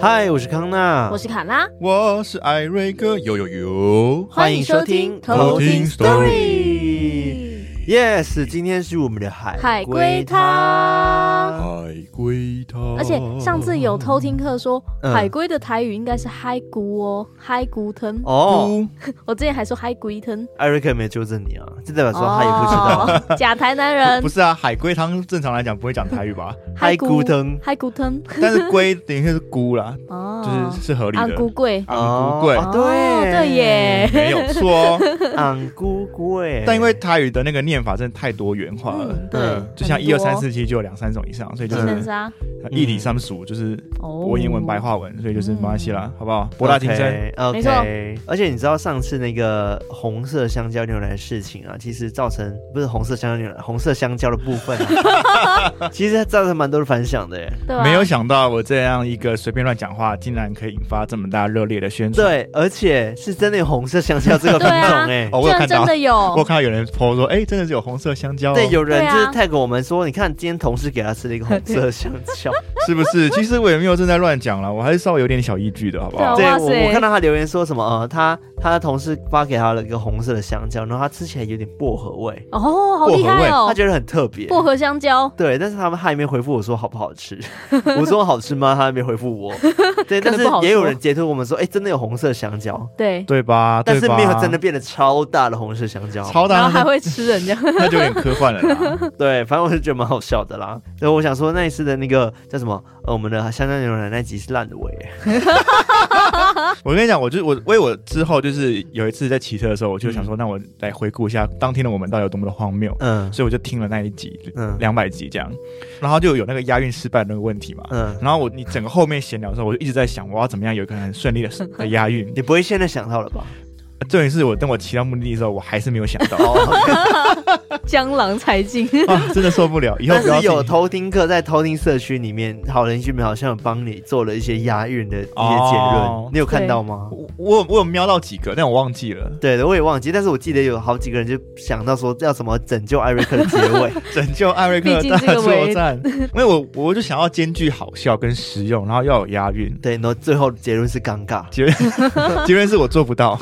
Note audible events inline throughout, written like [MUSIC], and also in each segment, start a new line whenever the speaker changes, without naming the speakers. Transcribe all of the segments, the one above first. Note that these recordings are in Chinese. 嗨，我是康娜，
我是卡拉，
我是艾瑞哥，呦呦呦，
欢迎收听
偷听
Story Yes，今天是我们的海
海
龟
龟汤。
海龟汤。
而且上次有偷听课说，
嗯
海龟的台语应该是嗨咕哦，嗨咕吞。
哦。
哦，
我之前还说嗨龟吞，
艾瑞克没有纠正你啊，这代表说他也不知道。
道，哦 [LAUGHS] 假台南人
[LAUGHS] 不，是啊，海龟汤正常来讲不会讲台语
[LAUGHS]
吧？
嗨咕吞
嗨咕吞，
但是龟的确是菇啦，
哦
就是是合理
安
的。
菇贵，
[LAUGHS] 昂贵
哦
哦
对
对耶，
没有错哦，
[LAUGHS]
昂咕贵。
但因为台语的那个念法真的太多元化了，
嗯，对
嗯，
就像
很
一
多
二三，四七就有两三种以上，所以就
七三
是
三，
一理三俗，就是
哦，
博嗯英文白，话文，所以就是没关系啦，好不好？博大精深，
OK，,
没错
OK 而且你知道上次那个红色香蕉牛奶的事情啊，其实造成不是红色香蕉牛奶，红色香蕉的部分、啊， [LAUGHS] 其实造成蛮多的反响的耶。
对吧啊
没有想到我这样一个随便乱讲话，竟然可以引发这么大热烈的宣传。
对，而且是真的有红色香蕉这
[LAUGHS]
个品
对
种
啊
哎、
哦，
居
我有
然
看
真
到，
的
我有
有，
看到有人 po 说，哎、真的是有红色香蕉、哦，
对，有人
对啊
就是 tag 我们说，你看今天同事给他吃了一个红色香蕉，
是不是？其实我也没有正在乱讲了，我还是稍微有点小依据的，好不好
[LAUGHS] 对？啊
对
哇
我
塞
我看到他留言说什么呃，他他的同事发给他了一个红色的香蕉，然后他吃起来有点薄荷味，
哦，好厉害
他
哦，
觉得很特别。
薄荷香蕉，
对，但是他们还没回复我说好不好
[LAUGHS]
吃，我说好吃吗？他还没回复我。对，
可
但
能
是
不好
也有
说
人截图我们说，哎、真的有红色香蕉，
对，
对吧？
但
对
是
吧
没有真的变得超大的红色香蕉。
超
然
大
后还
那，
会吃人家， [LAUGHS]
那就有点科幻了啦。
对，反正我是觉得蛮好笑的啦。所以我想说那一次的那个叫什么，呃，我们的香蕉牛奶那集是烂的尾，
我跟你讲，我就我为我之后就是有一次在骑车的时候，我就想说，那我来回顾一下当天的我们到底有多么的荒谬。
嗯
所以我就听了那一集，
嗯
两百集这样，然后就有那个押韵失败的那个问题嘛。
嗯，
然后我你整个后面闲聊的时候，我就一直在想，我要怎么样有一个很顺利的
[LAUGHS]
的押韵。
你不会现在想到了吧？
重点是我等我骑到目的地的时候，我还是没有想
[LAUGHS] 哦
到 [LAUGHS]
江郎才尽。 [LAUGHS]
啊，真的受不了。以后
但
不要
是有
请
偷听课在偷听社区里面，好人君们好像有帮你做了一些押韵的一些结论，
哦
你有看到吗？
我我有我有瞄到几个，但我忘记了。
对的，我也忘记，但是我记得有好几个人就想到说要怎么拯救艾瑞克的结
[LAUGHS]
尾。
拯救艾瑞克
毕
的
竟
大
这个为 [LAUGHS]
作战，因为我我就想要兼具好笑跟实用，然后要有押韵。
对，然后最后结论是尴尬。
结论 [LAUGHS] 结论是我做不到，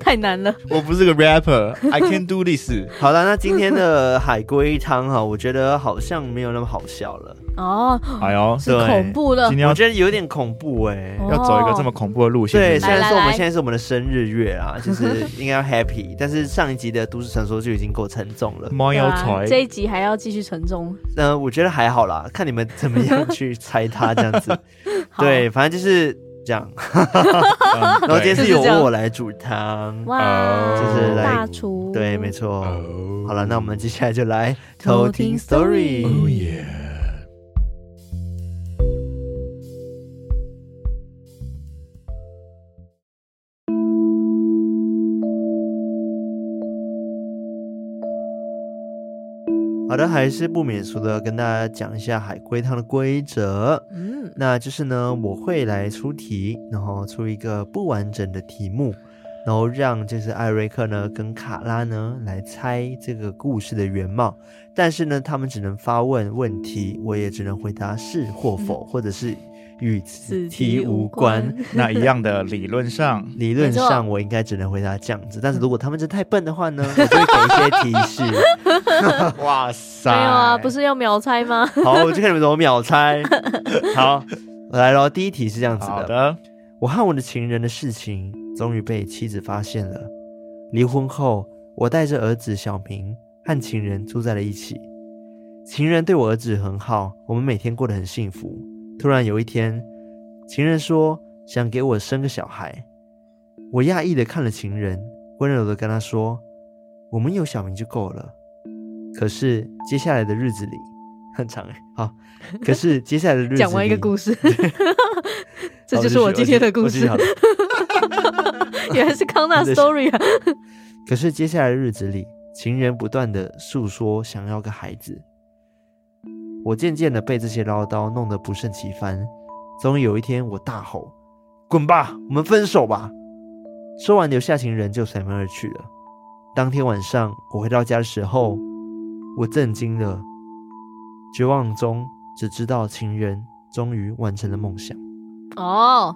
太难了，
我不是个 rapper，I can do this。 [LAUGHS]
好了，那今天的海龟汤哈，我觉得好像没有那么好笑了，
哦，
哎呦，
是
对
恐怖了
今，天
我
要
觉得有点恐怖哎、
哦
要走一个这么恐怖的路线，
对，
是
虽
不
来
是
然
来
说我们
来
现在是啊我们的生日月啊， [LAUGHS] 就是应该要 happy，但是上一集的都市传说就已经够沉重了。
猫
对
妖
啊这
才
一集还要继续沉重，
呃，我觉得还好啦，看你们怎么样
[LAUGHS]
去猜它这样子。
好
对，反正就是这
[LAUGHS]
样。
嗯
然后今天
就是
是由
这样
我来煮汤，
哇，
呃
就是来
大厨，
对，没错。
哦
好了，那我们接下来就来偷
偷
听
听
story。
story
耶！
好的，还是不免俗的跟大家讲一下海龟汤的规则。
嗯，
那就是呢，我会来出题，然后出一个不完整的题目，然后让就是艾瑞克呢跟卡拉呢来猜这个故事的原貌。但是呢，他们只能发问问题，我也只能回答是或否，或者是与此
嗯此
题
题
无
无
关
关。 [LAUGHS]
那一样的理论上，
理论
没
上
错
我应该只能回答这样子，但是如果他们真的太笨的话呢，我就会给一些提示。
[LAUGHS]
哇塞，
没有啊，不是要秒猜吗？
好，我就看你们怎么秒猜。好，我来喽。第一题是这样子
好
的： [LAUGHS]
的，
我和我的情人的事情终于被妻子发现了。离婚后，我带着儿子小明和情人住在了一起。情人对我儿子很好，我们每天过得很幸福。突然有一天，情人说想给我生个小孩，我讶异的看了情人，温柔的跟他说：“我们有小明就够了。”可是接下来的日子里，很长哎，好，可 [LAUGHS] 是接下来的日子里，
讲完一个
[LAUGHS]
故事， [LAUGHS] 这就是
好
我今天的故
我继续
事
好，了
[LAUGHS] 原来是
[LAUGHS]
康纳 story 啊，
可是接下来的日子里，情人不断的诉说想要个孩子。我渐渐的被这些唠叨弄得不胜其烦。终于有一天，我大吼：“滚吧，我们分手吧！”说完，留下情人就甩门而去了。当天晚上，我回到家的时候，我震惊了，绝望中只知道情人终于完成了梦想。
哦，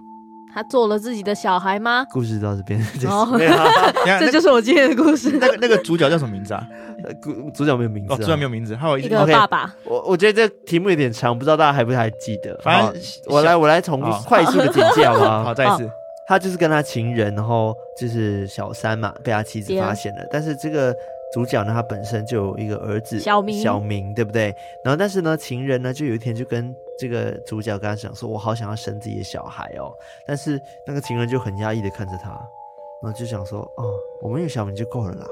他做了自己的小孩吗？
故事到这边， [LAUGHS] 结束
哦
没有啊，等一下
这
那
就是我今天的故事。
那个那个主角叫什么名字啊？
呃故主角没有名字、
哦，
啊，
主角没有名字，还有
一
一
个
OK
爸爸，
我我觉得这题目有点长，不知道大家还不还记得。
反
好
正
我来，我来从
好
快速的简介好不
啊 [LAUGHS] 好，
好？
再一次，
啊他就是跟他情人，然后就是小三嘛，被他妻子
啊
发现了。但是这个主角呢，他本身就有一个儿子
小明
小明对不对？然后但是呢，情人呢，就有一天就跟这个主角跟他讲说：“我好想要生自己的小孩哦。”但是那个情人就很压抑的看着他，然后就想说：“哦，我们有小明就够了啦。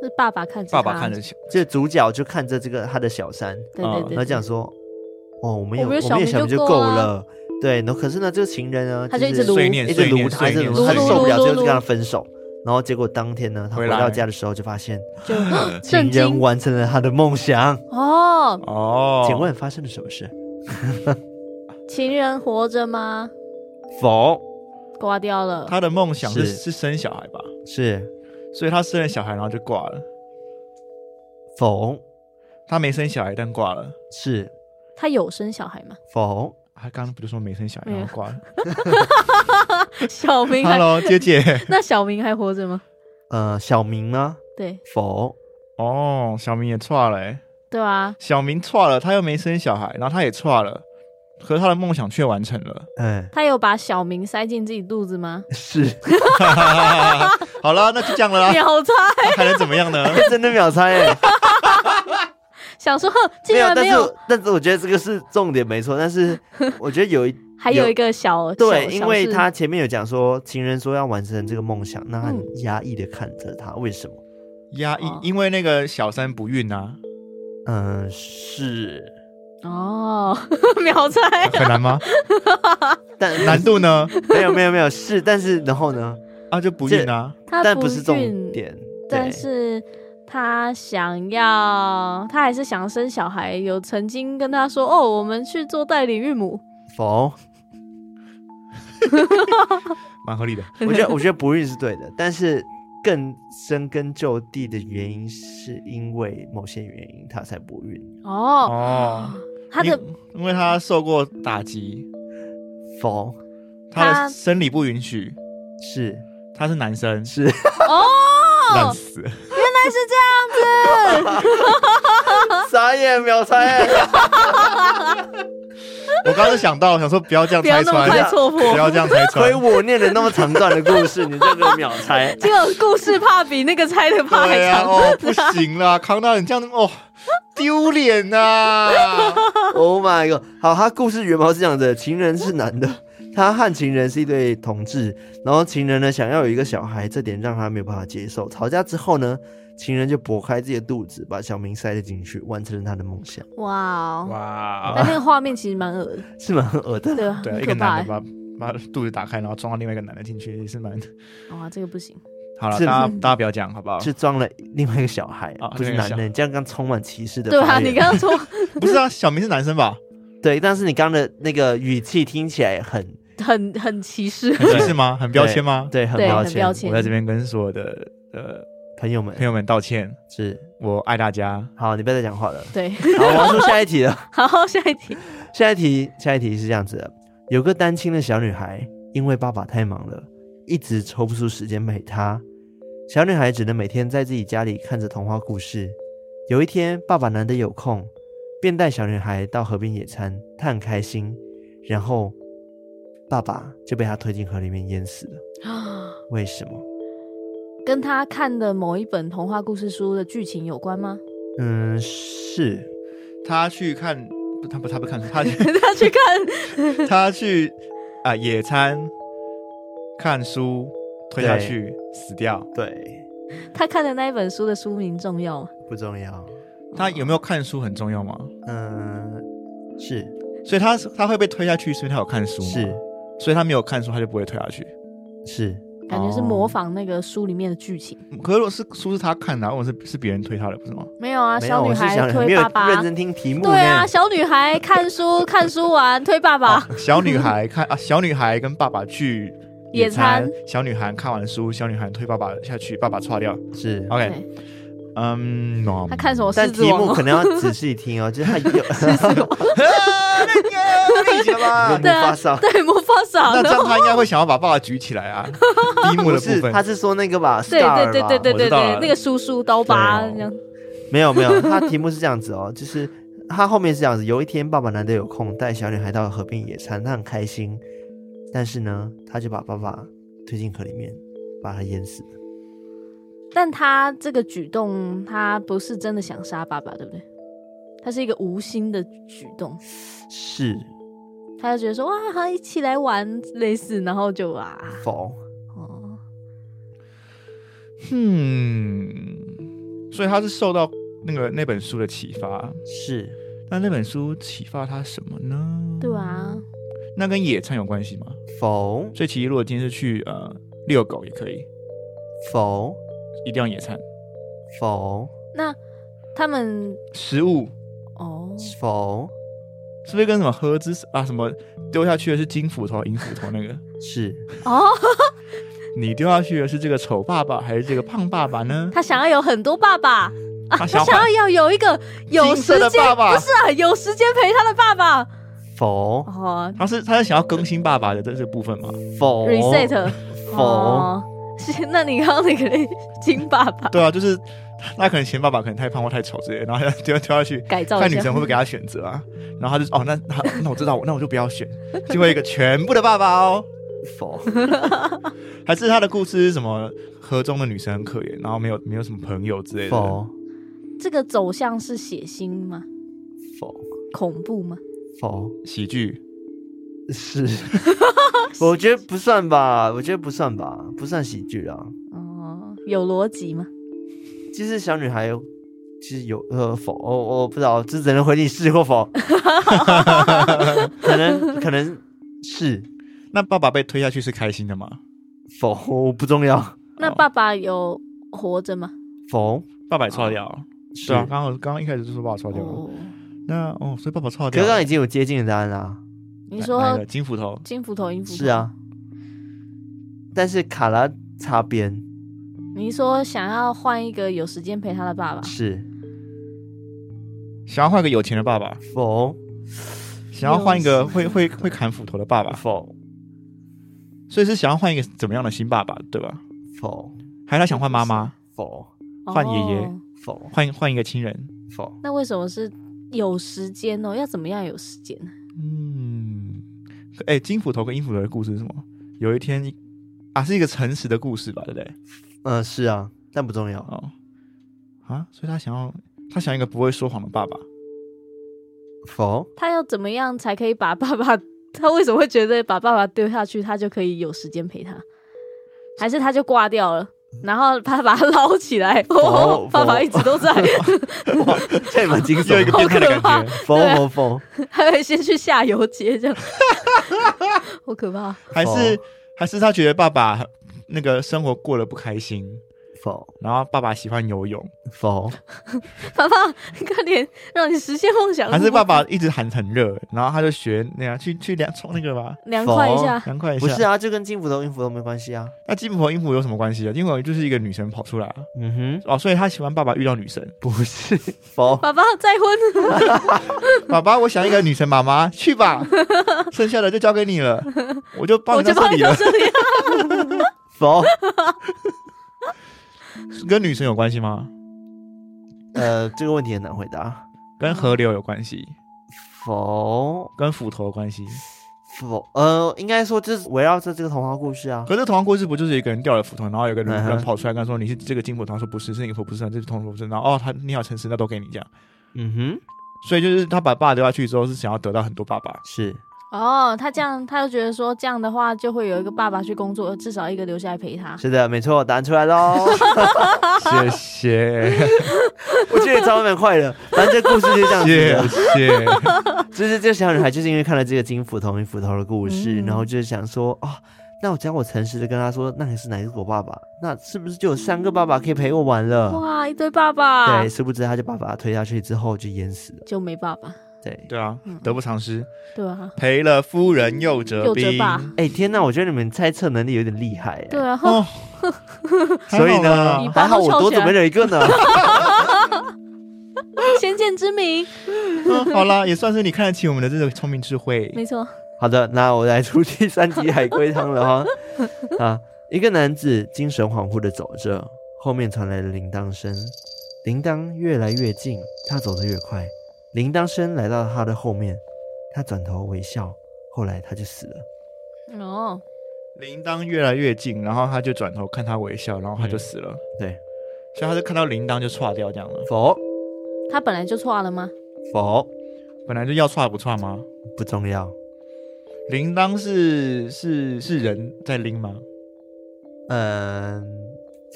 是爸爸看着
爸
他，
爸看着，
这个主角就看着这个他的小三，
对对
嗯
对，
然后
对
讲，说，哦，我们有
我
我们有
们有小
小
明
明
就
就
够
够
啊
了。对，然后可是呢，这个情人呢，
他就一直
是
撸
碎念
一直
碎
撸
念
他，
碎
一直
念
撸他，
碎
就
念
受不了，
撸撸
就
撸
跟他分手。然后结果当天呢，他
回
回
来嗯
到家的时候就发现，
就
情 [LAUGHS]
震
人
惊
完成了他的梦想。
哦，
哦，
请问发生了什么事？
情人活着吗？
否，
挂掉了，
他的梦想是
是
是生小孩吧？
是
所以他生了小孩，然后就挂了。
否
他没生小孩，但挂了。
是
他有生小孩吗？ [LAUGHS]
否？
他刚刚不就说没生小孩，
没有
然后挂
[LAUGHS]
了
小明还
？Hello，姐姐。 [LAUGHS]
那小明还活着吗？
呃，小明呢？
对
否
哦，小明也错了欸、
对啊，
小明错了，他又没生小孩，然后他也错了，可是他的梦想却完成了。 [LAUGHS]
嗯
他有把小明塞进自己肚子吗？
是，
[LAUGHS] 好了，那就这样
啊
了啦，
秒猜，
那还能怎么
[LAUGHS]
样呢？
真的秒猜哎，
想说哼竟
没有，
然
但
没
是
有，
我但是我觉得这个是重点没错，但
[LAUGHS]
是我觉得有一
还有一个小
对，
小
因
小
为
事
他前面有讲说，情人说要完成这个梦想，那他
嗯
很压抑的看着他，为什么？
压抑
哦，
因为那个小三不孕啊，
嗯，是，
哦 [LAUGHS] 秒猜
很难吗？ [LAUGHS]
但
难度呢？
没有没有没有是，但是然后呢？
啊，就不孕啊，
他
[LAUGHS] 但
不
不是重
孕
点，对
但是他想要，他还是想生小孩。有曾经跟他说：“哦，我们去做代理孕母。
否？
蛮合理的。
我觉得我觉得不孕是对的，但是更深根究地的原因是因为某些原因他才不孕，”
哦，
哦，
他的
因因为他受过打击，
否？
他
他
的生理不允许，
是
他是男
[LAUGHS]
生，
是，
哦，
烂死了。 [LAUGHS]
傻眼秒猜，
[LAUGHS]
我刚刚就想到，想说不要这样
不要那
拆
么
穿，
快错
不
破。
要这样拆穿 [LAUGHS]
亏。我念了那么长段的故事，你这个秒猜。
[LAUGHS] 这个故事怕比那个猜的怕还
对呀、
长。
啊
哦，不行啦，康纳，你这样哦，丢脸啊呐！
Oh my god！好，他故事原貌是这样子的：情人是男的，他和情人是一对同志，然后情人呢想要有一个小孩，这点让他没有办法接受。吵架之后呢，情人就剖开自己的肚子，把小明塞了进去，完成了他的梦想，
哇哦！但 [LAUGHS]
哇，
那个画面其实蛮恶的，
是 [LAUGHS] 蛮恶的。
对啊，
对啊，
很
一
可
个
怕
男
欸
的。把把肚子打开，然后装到另外一个男的进去，也是蛮
哇，这个不行。
好了。
是
大家
嗯
大家不要这样，好不好？
是装了另外一个小孩，
啊
不是男的，你这样刚充满歧视的
对啊，
发言
你刚刚说
不是啊，小明是男生 [LAUGHS] 吧？
对，但是你刚刚的那个语气听起来很
很很歧视，
很歧视吗？很标签吗？
对，很
对，
抱
很
歉，
签。
我在这边跟所有的呃
朋友们
朋友们道歉，
是
我爱大家。
好，你不要再讲话了。
对，
好，我要说下一题了。
好，下一题。
下一题，下一题是这样子的：有个单亲的小女孩，因为爸爸太忙了，一直抽不出时间陪她。小女孩只能每天在自己家里看着童话故事。有一天，爸爸难得有空，便带小女孩到河边野餐，她很开心。然后，爸爸就被她推进河里面淹死了。为什么？
[GASPS] 跟他看的某一本童话故事书的剧情有关吗？
嗯，是
他去看，不他不他不看，他去
[LAUGHS] 他去看
他去啊、野餐，看书推下去死掉。
对，
[LAUGHS] 他看的那一本书的书名重要吗？
不重要。
他有没有看书很重要吗？
嗯，是
所以他是他会被推下去，所以他有看书吗
是
所以他没有看书，他就不会推下去。
是，
感觉是模仿那个书里面的剧情。
哦
可是如果是书是他看的、啊，我是是别人推他的，不是吗？
没有啊，
没有，
女
我是想
孩
没
推
[LAUGHS] 有
爸爸
认。真听题目呢。哦
对啊，小女孩看书，看书完推爸爸。
小女孩看啊，小女孩跟爸爸去
野餐
餐，小女孩看完书，小女孩推爸爸下去，爸爸刷掉。
是
OK，
对，
嗯，
哦他看什么狮
但
子
题
王
目
哦？ [LAUGHS]
可能要仔细听哦，就是他有
那个密集了吧？
对啊
发烧。
对，魔法少
那这
的
样他应该会想要把爸爸举起
[LAUGHS]
来啊。第一幕
[LAUGHS]
的
不
部
是，
分
他，是说那个吧？
对
star 吧
对对对对
我知
对
道
对
了，
那个叔叔刀疤
对哦
这样，
没有没有，他题目是这样子哦，就是他后面是这样子。有一天，爸爸难得有空，带小女孩到河边野餐，他很开心。但是呢，他就把爸爸推进河里面，把他淹死了。
但他这个举动，他不是真的想杀爸爸，对不对？他是一个无心的举动，
是
他就觉得说哇，好一起来玩，类似，然后就啊，
否？
哦，
嗯，所以他是受到那个那本书的启发。
是
那那本书启发他什么呢？
对啊，
那跟野餐有关系吗？
否？
所以其实如果今天是去呃遛狗也可以，
否？
一定要野餐。
否？
那他们
食物
哦，
否？
是不是跟什么盒子啊什么丢下去的是金斧头银斧头那
[LAUGHS]
个？
是
哦，
你丢下去的是这个丑爸爸还是这个胖爸爸呢？
他想要有很多爸爸，啊
他想
他想要要有一个有
金色
时
的
间
爸爸
不是啊，有时间陪他的爸爸
否？
哦
他是他是想要更新爸爸的这这部分吗？
否
，reset
否？
哦，是，那你刚刚那个 [LAUGHS] 金爸爸
对啊，就是那可能嫌爸爸可能太胖或太丑之类的，然后他丢丢下去，
改造
看
一
女
下
生，会不会给他选择啊？然后他就哦，那那那我知道，我那我就不要选，就会一个全部的爸爸哦。
否？
还是他的故事是什么？河中的女生很可怜，然后没有没有什么朋友之类的。
否？
这个走向是血腥吗？
否？
恐怖吗？
否？
喜剧 [LAUGHS]
是，我觉得不算吧，我觉得不算吧，不算喜剧啦。
哦，有逻辑吗？
其实小女孩，其实有呃否，我、我不知道，这只能回你是或
[LAUGHS]
否，可能可能是
那爸爸被推下去是开心的吗？
否不重要，
那爸爸有活着吗？
否
爸爸也错掉了，
是
对啊，刚好刚刚一开始就说爸爸错掉了。
哦，
那哦，所以爸爸错
可
掉
是刚刚
了。
已经有接近的答案啦，
你
哪一
说
个金斧头
金斧头、银斧头
是，啊，但是卡拉擦边
你说想要换一个有时间陪他的爸爸，
是
想要换个有钱的爸爸，
否
想要换一个会会会砍斧头的爸爸，
否
所以是想要换一个怎么样的新爸爸，对吧？
否
还是他想换妈妈，
否
换爷爷
哦
否
换换一个亲人？
否
那为什么是有时间哦？要怎么样有时间？
嗯，哎、金斧头跟银斧头的故事是什么？有一天啊，是一个诚实的故事吧，对不对？
嗯、呃是啊，但不重要
哦，啊，所以他想要他想要一个不会说谎的爸爸，
否
他要怎么样才可以把爸爸？他为什么会觉得把爸爸丢下去，他就可以有时间陪他？还是他就挂掉了，然后他把他捞起来？哦
哦，
[LAUGHS] 爸爸一直都在，
哇 [LAUGHS] 这也蛮惊
有一
悚
个
的
好可
变态的
怕
感觉，
否
对啊
否否
还会先去下游街，这
[LAUGHS]
样好可怕。
还是还是他觉得爸爸那个生活过得不开心，
否
然后爸爸喜欢游泳，
否
爸爸，快点让你实现梦想。
还是爸爸一直喊很热，然后他就学那样去去凉冲那个吧，
凉快一下？
凉快一下。
不是，啊，就跟金斧头银斧头没关系啊。
那金婆银婆有什么关系啊？金婆就是一个女神跑出来啊，
嗯哼，
哦，所以他喜欢爸爸遇到女神。
不是否
爸爸再婚，
爸爸，我想一个女神妈妈，
[LAUGHS]
去吧，剩下的就交给你了，我就帮
我
你到
就
这
帮
里
你到
了。
这里。
否，
跟女神有关系吗？
呃，这个问题很难回答。
跟河流有关系，
否
跟斧头有关系。
否，呃，应该说就是围绕着这个童话故事啊。
可是童话故事不就是一个人掉了斧头，然后有个
嗯
人
哼
人跑出来跟他说你是这个金斧头，他说不是，是那个斧不是，这是铜斧不是，然后哦他你好诚实，那都给你这样。
嗯哼，
[LAUGHS] 所以就是他把爸丢下去之后，是想要得到很多爸爸。
是
哦，他这样，他就觉得说这样的话，就会有一个爸爸去工作，至少一个留下来陪他。
是的，没错，答案出来喽。
谢谢，
[LAUGHS] 我觉得超蛮快的，反正这故事就这样子
谢
的。
谢。
就是这小女孩就是因为看了这个金斧头银斧头的故事，
嗯
然后就是想说哦。那我只要我诚实的跟她说，那你是哪一个我爸爸？那是不是就有三个爸爸可以陪我玩
啊
了？
哇，一堆爸爸
对，，殊不知她就把把她推下去之后就淹死了。
就没爸爸，
对，
对啊，
嗯
得不偿失，
对啊，
赔了夫人又折
又折
兵。
爸
哎、天呐，我觉得你们猜测能力有点厉害、哎
对啊， [LAUGHS]
哦，
所以
还好
呢，
你
啦
还
把
好
它
我
翘
多
起来
准备了一个呢。
先见之明，
[LAUGHS] 好啦，也算是你看得起我们的这种聪明智慧。
没错，
好的，那我来出第三集海龟汤了哈。 [LAUGHS] 啊，一个男子精神恍惚的走着，后面传来了铃铛声，铃铛越来越近，他走得越快，铃铛声来到他的后面，他转头微笑，后来他就死了。
哦，
铃铛越来越近，然后他就转头看他微笑，然后他就死
嗯
了。
对，
所以他就看到铃铛就岔掉这样了。
否
他本来就错了 [LAUGHS] 吗？
否
本来就要岔不岔吗？
不重要，
铃铛是是是人在拎吗？
嗯，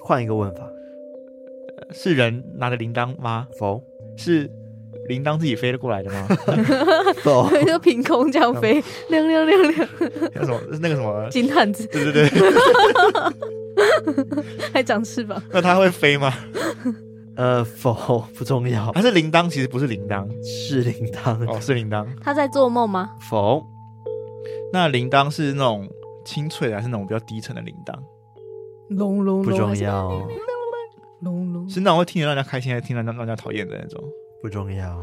换一个问法，
呃是人拿着铃铛吗？
否
是铃铛自己飞了过来
[LAUGHS]
的吗？
否
就凭空这样飞，亮亮亮亮，
那什么那个什
[LAUGHS]
么？
金探子
对对对，
还长翅膀，
那它会飞吗？
呃否不重要，
还是铃铛？其实不是铃铛
是铃铛，
哦，是铃铛。
他在做梦吗？
否
那铃铛是那种清脆的，还是那种比较低沉的铃铛？
隆隆
不重，要，
隆隆
是那种会听得让人家开心，还是听得让让人家讨厌的那种？
不重要，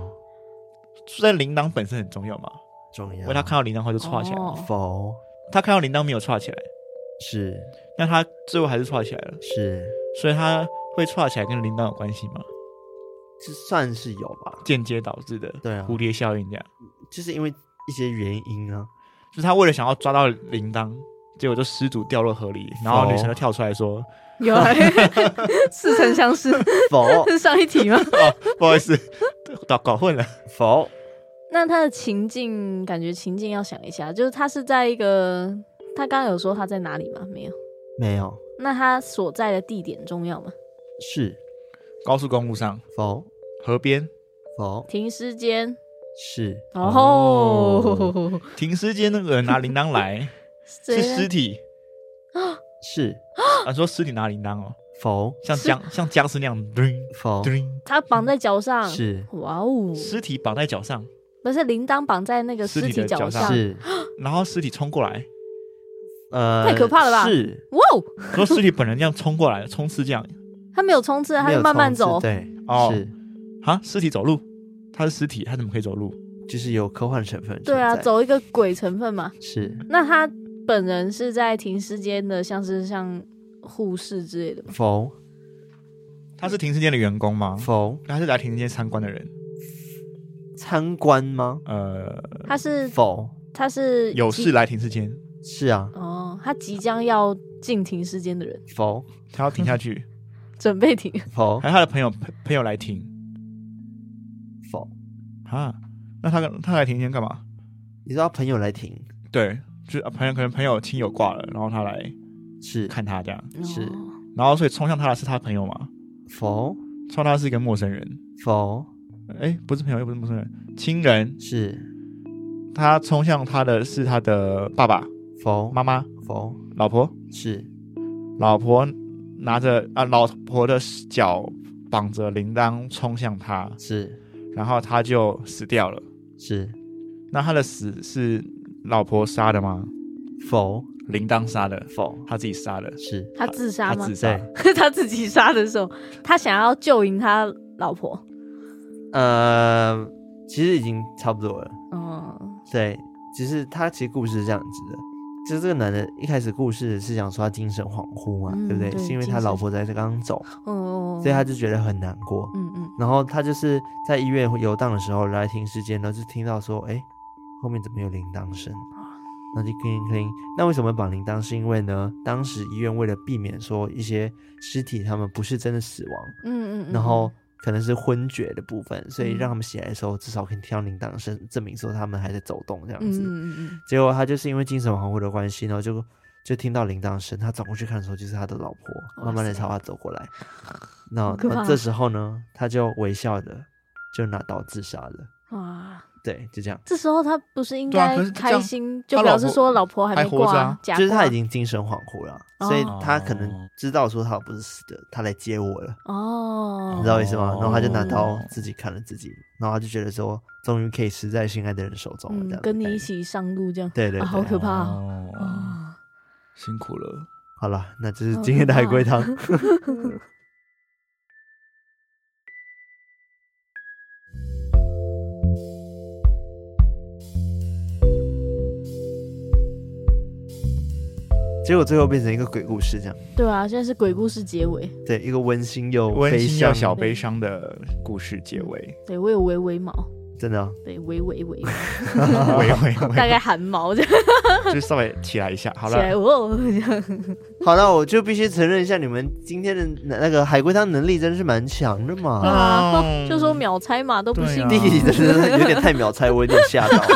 住在铃铛本身很重要嘛，
重
因
要。
为他看到铃铛后就岔起来了。
哦
否
他看到铃铛没有岔起来，
是
那他最后还是岔起来了，
是，
所以他会岔起来跟铃铛有关系吗？
这算是有吧？
间接导致的
对啊，
蝴蝶效应这样，
就是因为一些原因啊，
就是他为了想要抓到铃铛，结果就失足掉落河里，然后女神就跳出
[LAUGHS]
来说
有啊，似曾相识，
否
是上一题吗？：“ [LAUGHS]
不好意思，搞搞混了。
否
那他的情境，感觉情境要想一下，就是他是在一个，他刚刚有说他在哪里吗？没有。
没有
那他所在的地点重要吗？
是
高速公路上，
否
河边
否
停尸间
是
哦，
停尸间那个人拿铃铛来
[LAUGHS] 谁
是
啊
尸体，
是
啊说尸体拿铃铛哦，
否
像
是
僵像僵尸那样，叮
否
叮，
他绑在脚上，
是
哇哦，
尸体绑在脚上，
不是铃铛绑在那个
尸
尸
体
体
的
脚
脚
上，
是
然后尸体冲过来，
呃
太可怕了吧
是
哇哦，
说尸体本人这样冲过来，冲刺这样
他没有冲刺，他
没
是
有
慢慢
冲刺
走，
对
[LAUGHS] 哦
是
啊，尸体走路，他是尸体，他怎么可以走路？
就是有科幻成分
对啊，
存在
走一个鬼成分嘛。
是
那他本人是在停尸间的，像是像护士之类的吗，
否
他是停尸间的员工吗？
否
他是来停尸间参观的人，
参观吗？
呃，
他是
否
他是
有
即
事来停尸间，
是啊
哦，他即将要进停尸间的人，
否
他要停下去，
准备停，
否
还有他的朋友朋朋友来停
否，
啊，那他他来停尸间干嘛？
你知道朋友来停
对，就是啊朋友可能朋友亲友挂了，然后他来
是
看他这样，
是
哦
然后所以冲向他的是他朋友嘛，
否
冲他是一个陌生人，
否
哎，不是朋友又不是陌生人，亲人，
是
他冲向他的是他的爸爸
否
妈妈
否
老婆。
是
老婆拿着啊，老婆的脚绑着铃铛冲向他，
是
然后他就死掉了。
是
那他的死是老婆杀的吗？
否
铃铛杀的，
否
他自己杀的，
是
他自杀
他
吗
自？杀。
[LAUGHS] 他自己杀的时候，他想要救赢他老婆，
呃，其实已经差不多了。
嗯，
对，其实他其实故事是这样子的，就是这个男的一开始故事是讲说他精神恍惚嘛，
嗯
对不对？
对
是因为
精
他
神
老婆在这刚走，
哦，
所以他就觉得很难过。
嗯嗯，
然后他就是在医院游荡的时候来停尸间，然后就听到说，哎，后面怎么有铃铛声？
啊
那就 cling cling。那为什么绑铃铛？是因为呢，当时医院为了避免说一些尸体他们不是真的死亡，
嗯嗯嗯，
然后可能是昏厥的部分，所以
嗯
让他们醒来的时候至少可以听到铃铛声，证明说他们还在走动这样
嗯
子。
嗯嗯
结果他就是因为精神恍惚的关系，然后就就听到铃铛声，他转过去看的时候，就是他的老婆
哇
慢慢的
塞
朝他走过来。
[LAUGHS]
那
可
那
怕
这时候呢，他就微笑的就拿刀自杀了。
嗯，哇，
对，就这样，
这时候他不是应
对啊
该
可是这样
开心，就
他
表
老
示
婆
说老婆还
还
没
活
挂
着啊，
假
就是他
挂
已经精神恍惚了，所以
哦
他可能知道说他不是死的，他来接我了。
哦
你知，道我意思吗？然后他就拿刀
哦
自己砍了自己，然后他就觉得说，终于可以死在心爱的人手中了。这
嗯
样，
跟你一
起。
起上路这样，
对对
啊好
对，
可怕
哦
啊，
辛苦了。
好了，那这是今天的海龟
[LAUGHS]
汤。结果最后变成一个鬼故事这样。
对啊，现在是鬼故事结尾，
对，一个温馨又
温
悲
馨又
伤，
小悲伤的故事结尾，
对我有微微毛，
真的哦、
对，微
[LAUGHS]
微微，
喂喂
大
喂，
概汗毛这样
就稍微起来一下，好
起 [LAUGHS] 来，
了，
哦，这样
[LAUGHS] 好，那我就必须承认一下，你们今天的那那个海龟汤能力真是蛮强的嘛。
啊 [LAUGHS]
嗯
就说秒拆嘛都不
对
行
啊，
弟弟真的有点太秒猜，我有点吓到。
[LAUGHS]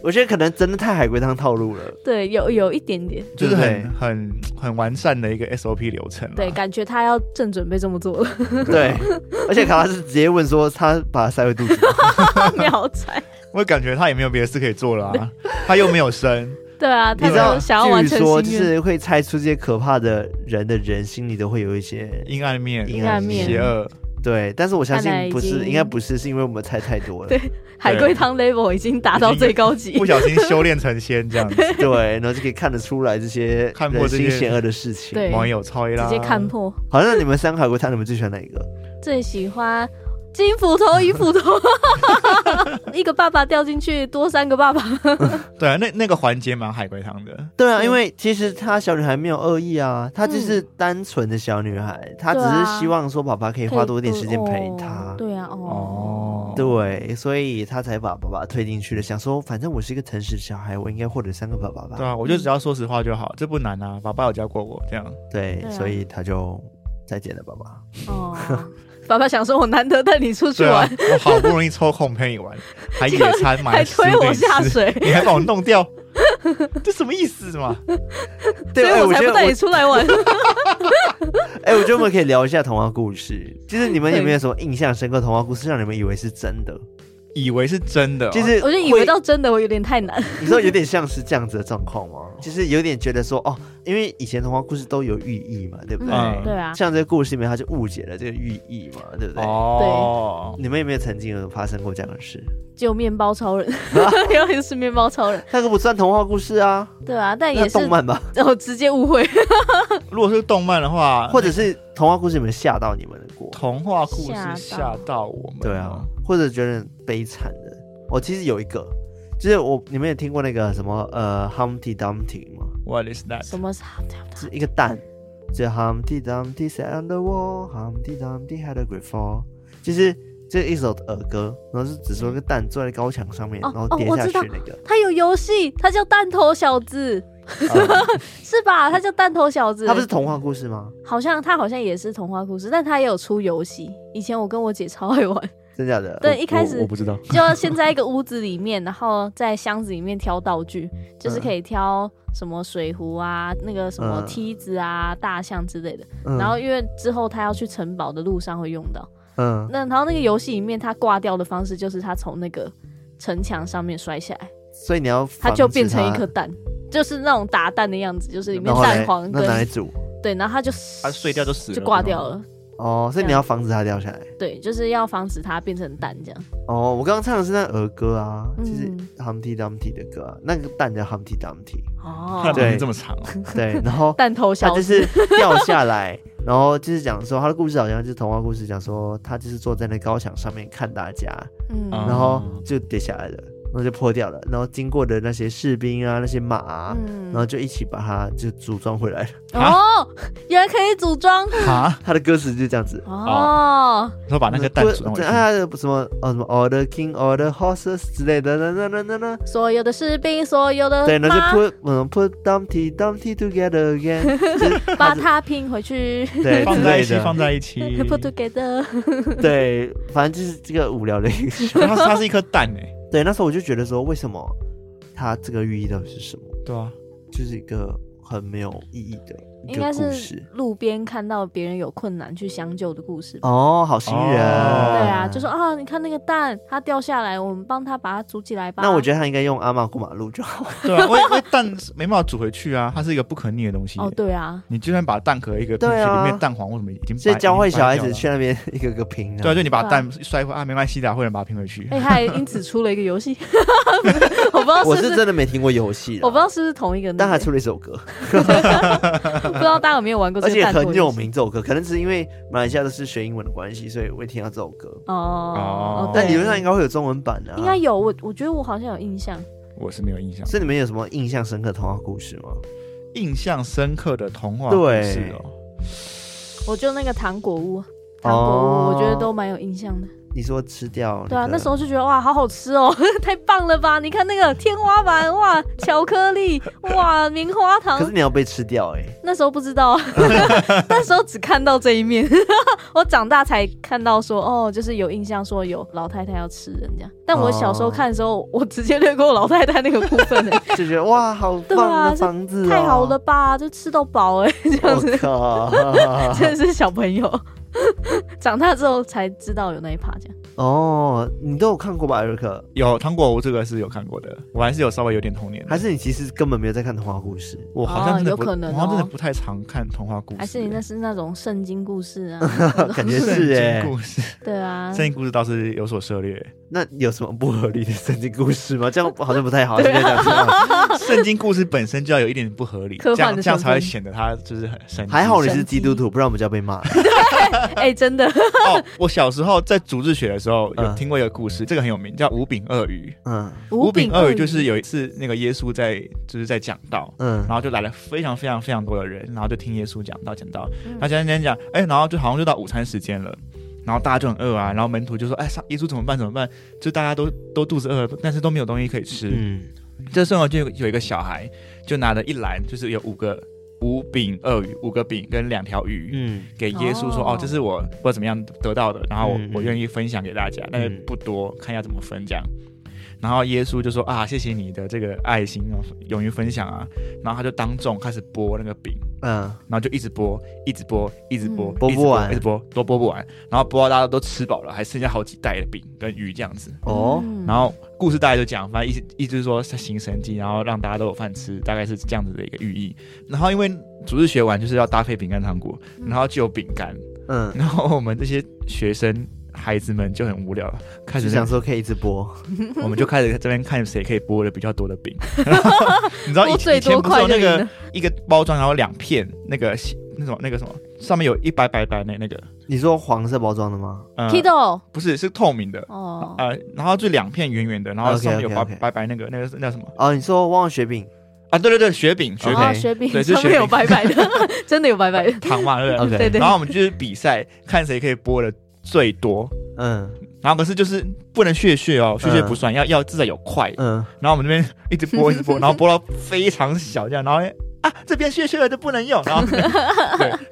我觉得可能真的太海龟汤套路了。
对，有有一点点，
就是
对
很很很完善的一个 SOP 流程啦啊
啊
对，感觉他要正准备这么做了，
[LAUGHS] 对，而且卡拉是直接问说他把它塞回肚子里，
秒拆，
我感觉他也没有别的事可以做了啊，他又没有生，
对啊，他
你知道？
想要完
据
成
说就
心愿，
是会猜出这些可怕的人的人心里都会有一些
阴暗面、
阴
暗面
邪恶，
对，但是我相
看来
信
已
不是，
经
应该不是，是因为我们猜太多了。
对海龟汤 level 已经达到最高级
[LAUGHS] 不，小心修炼成仙这样子，
对，然后就可以看得出来这些
看破
人
这
心
些
险恶的事情。
[LAUGHS] 对
网友超一啦，
直接看破。
好，那你们三个海龟汤，你们最喜欢哪一个？
最喜欢金斧头
[LAUGHS]
银斧头，一个爸爸掉进去多三个爸爸，
对啊，那那个环节蛮海龟汤的，
对啊，
是
因为其实她小女孩没有恶意啊，她就是单纯的小女孩，她只
对啊
是希望说爸爸可以花多一点时间陪她
哦。对啊，哦，
哦，
对，所以她才把爸爸推进去的，想说反正我是一个诚实的小孩，我应该获得三个爸爸
对
吧。
啊，我就只要说实话就好，这不难啊，爸爸有教过我这样，
对
对，啊
所以她就再见了爸爸。
哦，爸爸想说，我难得带你出去
对啊
玩，，
我好不容易抽空陪
[LAUGHS]
你玩，还野餐买
还
了食物
推
给
我
你
下
[LAUGHS]
吃，
水，
你还把我弄掉， [LAUGHS] 这什么意思嘛？
所以
哎
我才
觉得
不带你出来玩。
哎、我觉得我们可以聊一下童话故 [LAUGHS] 事，就是你们有没有什么印象深刻童话故事，让你们以为是真的？
以为是真的哦，
就是
我就以
会
为到真的我有点太难，
你说有点像是这样子的状况吗？就是有点觉得说哦，因为以前童话故事都有寓意嘛，对不对？
嗯
对啊，
像这个故事里面，他就误解了这个寓意嘛，对不对？
哦，
你们有没有曾经有发生过这样的事？
只有面包超
[LAUGHS]
人，
啊
然 [LAUGHS] 后又是面包超人，
那个不算童话故事啊，
对啊，但也
那
是
动漫吧，
哦，直接误会，
如果是动漫的话，
或者是童话故事有没有吓到你们过？
童话故
吓到
事吓到我们，哦
对啊，，或者觉得很悲惨的。我其实有一个，就是我你们有听过那个什么呃 Humpty Dumpty 吗？
What is that？
什么
是一个蛋，就 Humpty Dumpty sat on the wall，Humpty Dumpty had a great fall，就是这一首儿歌，然后是只说一个蛋坐在高墙上面，
哦
然后跌
哦我
下
知道
去那个，
他有游戏，他叫弹头小子， [LAUGHS] 是吧？他叫弹头小子，
它啊不是童话故事吗？
好像他好像也是童话故事，但他也有出游戏。以前我跟我姐超爱玩，
真假的？
对，一开
我
始
我不知道，
就要先在一个屋子里面，然后在箱子里面挑道具，
嗯
就是可以挑什么水壶啊，那个什么
嗯
梯子啊、大象之类的。
嗯
然后因为之后他要去城堡的路上会用到，
嗯，
那然后那个游戏里面他挂掉的方式就是他从那个城墙上面摔下来，
所以你要
他
防
就
止
变成一
它
颗蛋。就是那种打蛋的样子，就是里面
然后
蛋
来
黄
那拿来
跟
煮
对，然后他就
它碎掉就死了，
就挂掉了。
哦，所以
这样
你要防止它掉下来。
对，就是要防止它变成蛋这样。
哦，我刚刚唱的是那儿歌啊，就是
嗯
Humpty Dumpty 的歌、啊，那个蛋叫 Humpty
[LAUGHS]
Dumpty，
不然
哦
不
对
能这么长哦，
对，然后
弹
他
头小
就
子，
是掉下来， [LAUGHS] 然后就是讲说他的故事好像就是童话故事，讲说他就是坐在那高墙上面看大家，
嗯，
啊
然后就跌下来了，然后就破掉了，然后经过的那些士兵啊，那些马啊、
嗯
然后就一起把它就组装回来了。
哦，原来可以组装
啊，
他的歌词就这样子。
哦，
然后把那个蛋煮到
对啊，什么啊哦什么 all the king all the horses 之类的，那那那那那，
所有的士兵，所有的
对，然后就
马
put 嗯 put Dumpty Dumpty together again，就是
[LAUGHS]
嗯
把它拼回去
对啊
放
之
在
类
一起，放
的，
在一起。
[LAUGHS] ，put together。
对，反正就是这个无聊的一个
它它是一颗蛋哎，
对，那时候我就觉得说，为什么它这个寓意到底是什么？
对啊，
就是一个很没有意义的一
应
个
该
故
是
事。
路边看到别人有困难去相救的故事吧。
哦，好心人。
哦
对啊，就说啊，你看那个蛋，它掉下来，我们帮它把它组起来吧。
那我觉得他应该用阿玛过马路就好。
对啊，因为因为蛋没办法煮回去啊，它是一个不可逆的东西。
哦，对啊，
你就算把蛋壳一个拼起
对
来，
啊
里面蛋黄为什么已经
所以
掰
教会小孩子。
已经
去那边一个个拼
掰掉了对啊，
啊。
就你把蛋摔坏啊，没关系的啊，会有人把它拼回去。
哎，他还因此出了一个游戏， [LAUGHS] 我不知道
我
是不
是
是
真的没听过游戏啦，
我不知道是不是同一个那个，
但他出了一首歌，
[LAUGHS] 不知道大家有没有玩过
而
这
且
个弹头
很
游戏？
有名。这首歌可能只是因为马来西亚都是学英文的关系，所以我也听到这首歌。
哦。哦
哦
但
对
理论上应该会有中文版的、啊。
应该。有我，我觉得我好像有印象。
我是没有印象，
所以你们有什么印象深刻的童话故事吗？
印象深刻的童话故
对
事哦。
我就那个糖果屋，糖
哦
果屋，我觉得都蛮有印象的。
你说吃掉、
对啊，那时
候
候就觉得哇，好好吃哦， [LAUGHS] 太棒了吧！你看那个天花板，哇，巧克力，哇，棉花
可是
糖。
你要被吃掉哎、
那时候不
[LAUGHS]
知道啊，那时候只看到这一面。 [LAUGHS] 我长大才看到说，哦，就是有印象说有老太太要吃人家。但我小时候看的时候，我直接略过老太太那个部分、欸，
就觉得哇，好
对啊
棒的房子、哦
[LAUGHS] 太好
[LAUGHS]
了，吧，就吃到饱哎、欸，这样子
我。靠！
真的是小朋友， [LAUGHS] 长大之后才知道有那一趴这样。
哦，你都有看过吧，瑞克？
有糖果屋这个是有看过的，我还是有稍微有点童年的。
还是你其实根本没有在看童话故
[LAUGHS]
事？
我好像真的不，
哦有可能哦
我好像真的不太常看童话故事。
还是你那是那种圣经故事啊？
[LAUGHS]
感觉是哎、
圣经故事，
对啊，
圣经故事倒是有所涉猎。
那有什么不合理的圣经故事吗？这样好像不太好。
[LAUGHS] 对啊
现在这样说
圣经故事本身就要有一点不合理，
科
这
幻
样
的
这样
成分
才会显得它就是很神奇。
还好你
神
是基督徒，不然我们就要被骂。
[LAUGHS] 哎、真的，
[LAUGHS] 哦，我小时候在主日学的时候有
嗯
听过一个故事，这个很有名，叫五饼鳄鱼。
嗯
五
饼
饼
鳄鱼就是有一次那个耶稣在就是在讲道。
嗯
然后就来了非常非常非常多的人，然后就听耶稣讲道讲道
嗯，
他讲讲讲，哎，然后就好像就到午餐时间了，然后大家就很饿啊，然后门徒就说，哎，上耶稣怎么办怎么办？就大家都都肚子饿了，但是都没有东西可以吃。
嗯，
这时候就有一个小孩就拿着一篮，就是有五个五饼鳄鱼，五个饼跟两条鱼，
嗯
给耶稣说：“
哦
哦，这是我我怎么样得到的，然后我、
嗯嗯嗯
我愿意分享给大家，但是不多，看要怎么分这样。”然后耶稣就说：“啊，谢谢你的这个爱心哦，勇于分享啊。”然后他就当众开始剥那个饼，
嗯，
然后就一直剥，一直剥，一直剥，
嗯
剥
一直
不完
一直剥，都剥不完。然后剥到大家都吃饱了，还剩下好几袋的饼跟鱼这样子。
哦，
嗯
然后故事大概就讲，反正意思意思就是说行神迹，然后让大家都有饭吃，大概是这样子的一个寓意。然后因为主日学完就是要搭配饼干糖果，
嗯
然后就有饼干，
嗯，
然后我们这些学生孩子们就很无聊，开
就
始
想说可以一直播，
我们就开始在这边看谁可以剥的比较多的
[LAUGHS]
饼。你知道以
多最
以前
多
不是
快
有
就
那
赢
个
了。
一个包装，然后两片那个那种那个什么，上面有一白白白的那个，
你说黄色包装的吗？
呃
Kido
不是是透明的。
哦，
呃，然后就两片圆圆的，然后上面有白
OK，OK，OK
白白那个那个是那叫什么
哦，你说旺旺雪饼
啊？对对对，雪饼雪
哦
饼、
哦，雪饼
对是
上面
雪
有
饼
白白的，真的有白白的。
[LAUGHS] 糖嘛，对不对？
，OK，
[LAUGHS] 对对
然后我们就是比赛，看谁可以剥的最多。
嗯
然后可是就是不能血血哦，血血
嗯
不算，要要至少有块。
嗯，
然后我们这边一直播一直播，然后播到非常小这样，然后啊这边血血了就不能用，然后对，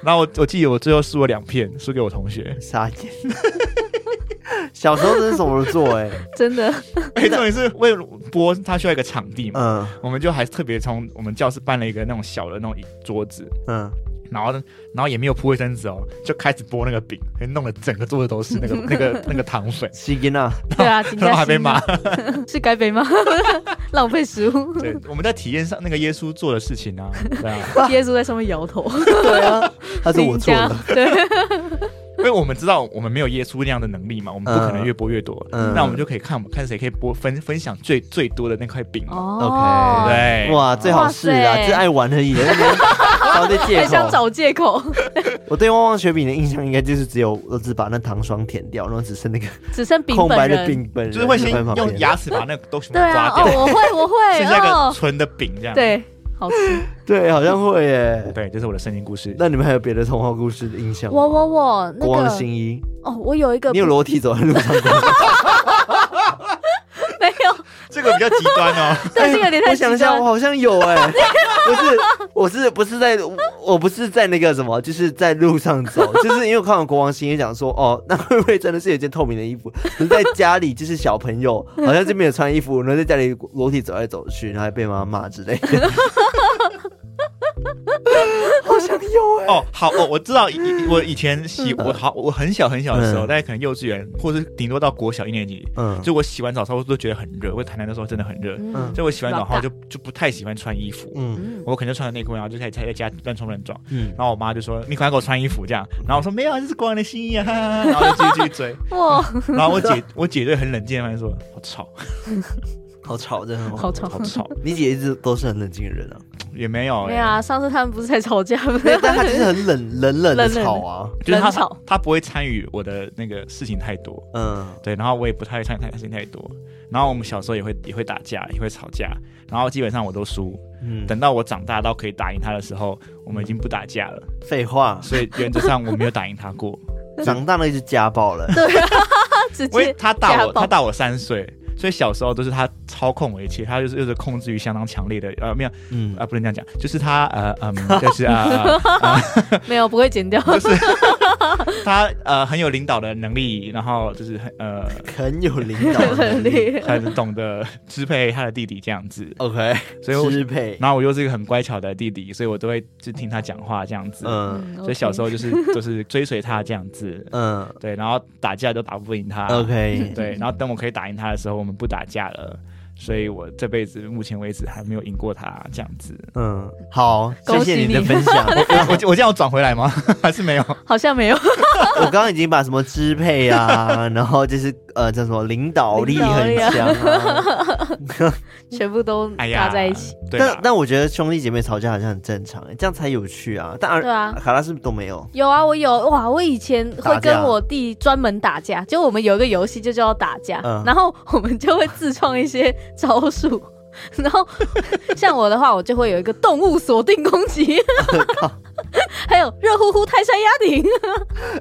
然后我我记得我最后输了两片，输给我同学。
傻眼。 [LAUGHS] 小时候真是手么做哎、
真的，
哎、重点是为了播它需要一个场地嘛，
嗯
我们就还特别从我们教室搬了一个那种小的那种桌子，
嗯，
然后呢，然后也没有铺卫生纸哦，就开始剥那个饼，弄得整个桌子都是那个那个那个糖粉，
西吉娜，
对啊，请
然
假
后还被骂。
是该被骂， [LAUGHS] 浪费食
[LAUGHS]
物。
对，我们在体验上那个耶稣做的事情啊，对啊。
耶稣在上面摇头，
对啊，他是我
赢
做
家
的，。
[LAUGHS]
对，
因为我们知道我们没有耶稣那样的能力嘛，我们不可能越播越多，
嗯
那我们就可以看我们看谁可以播分分享最最多的那块饼嘛，对不
哦，
对？
哇，最好是啊，
哇塞
这爱玩而已，在那边找
[LAUGHS]
对借
还想
口。
找借口，
我对旺旺雪饼的印象应该就是只有我只把那糖霜舔掉，然后只剩那个
只剩 [LAUGHS] 饼
空白
本
的
人。
饼本人，
就是会先
在旁边
用牙齿把那个都全部
对啊
抓，
哦，
掉，
我会，我会，
剩下一个
哦，
纯的饼这样。，
对，好吃。
嗯
对，好像会耶。
对，这是我的圣经故事。
那你们还有别的童话故事的印象吗？
我我我那
国王的
个
新衣，
哦，我有一个
你有裸体走在路上过
[LAUGHS]
吗？
没有？
这个比较极端哦，
[LAUGHS] 但是有点
哎我
太极
想一下，
端
我。好像有哎、 [LAUGHS] 不是，我是不是在，我不是在那个什么，就是在路上走， [LAUGHS] 就是因为我看到国王新衣讲说，哦，那会不会真的是有一件透明的衣服？可是在家里就是小朋友好像就没有穿衣服，然后在家里裸体走来走去，然后还被妈妈骂之类
[LAUGHS]
的。好像有哎、
哦，好，我我知道，以我以前喜
嗯
我好，我很小很小的时
嗯
候，大概可能幼稚园，或是顶多到国小一年级，
嗯，
就我洗完澡之后都觉得很热，因为台南那时候真的很热，
嗯
所以我洗完澡后
老大
就就不太喜欢穿衣服，
嗯
嗯，
我可能就穿着内裤，然后就开始在家乱冲乱撞。
嗯，
然后我妈就说：“你快给我穿衣服这样。”然后我说：“没有啊，这是国王的新衣啊。”哈哈
[LAUGHS]
哈然后就继续继续追。
哇，
然后
[LAUGHS]
我姐我姐就很冷静，地说：“好吵，
好吵，真的很好。
好吵 [LAUGHS]
好吵。
你姐一直都是很冷静的人啊，
也没有、欸，
没有啊，上次他们不是在吵架
[LAUGHS]
吗？
但他就是很冷冷冷的
冷冷的
吵啊，
就是他
冷吵
他不会参与我的那个事情太多，
嗯，
对，然后我也不太会参与他的事情太多。然后我们小时候也会也会打架，也会吵架，然后基本上我都输。
嗯
等到我长大到可以打赢他的时候，我们已经不打架了，
废 [LAUGHS] 话，
所以原则上我没有打赢
[LAUGHS]
他过。
长大了就家暴了，
他 [LAUGHS] 直
因为
接
他大
家
我，
暴
他大我三岁，所以小时候都是他操控我一切，他就是就是控制欲相当强烈的，呃，没有
嗯 [LAUGHS]
啊、，不能这样讲，就是他呃嗯，就是啊、呃
没有不会剪
[LAUGHS]
掉，
就是他呃很有领导的能力，然后就是很呃
很有领导能力
对
很懂得支配他的弟弟这样子，
，OK，
所以我
支 [LAUGHS] 配，
然后我又是一个很乖巧的弟弟，所以我都会就听他讲话这样子，
嗯
嗯
所以小时
候
候就是就是追随他这样子，
嗯
对，然后打架都打不赢
啊 [LAUGHS]
他
，OK，
对，然后等我可以打赢他的时候，我们不打架了。所以我这辈子目前为止还没有赢过他，这样子。 [LAUGHS]
嗯，好，谢
恭喜
谢你的
你
分 [LAUGHS] 享。
我我我这样有转回来吗？ [LAUGHS] 还是没有？
好像
[LAUGHS]
没有，
我刚刚已经把什么支配 [LAUGHS] 啊，然后就是呃叫什么领导力很强 [LAUGHS] 啊。
全部都
哎呀，
搭在一起。。
对啦
但但我觉得兄弟姐妹吵架好像很正常、欸，这样才有趣啊。但
对啊
卡拉是不是都没有？
有啊，我有哇！我以前会
打架
跟我弟专门打架，就我们有一个游戏就叫打架，
嗯
然后我们就会自创一些招数。然
[LAUGHS]
后像我的话，我就会有一个动物锁定
[LAUGHS]
攻击， [LAUGHS] 还有热乎乎泰山压顶。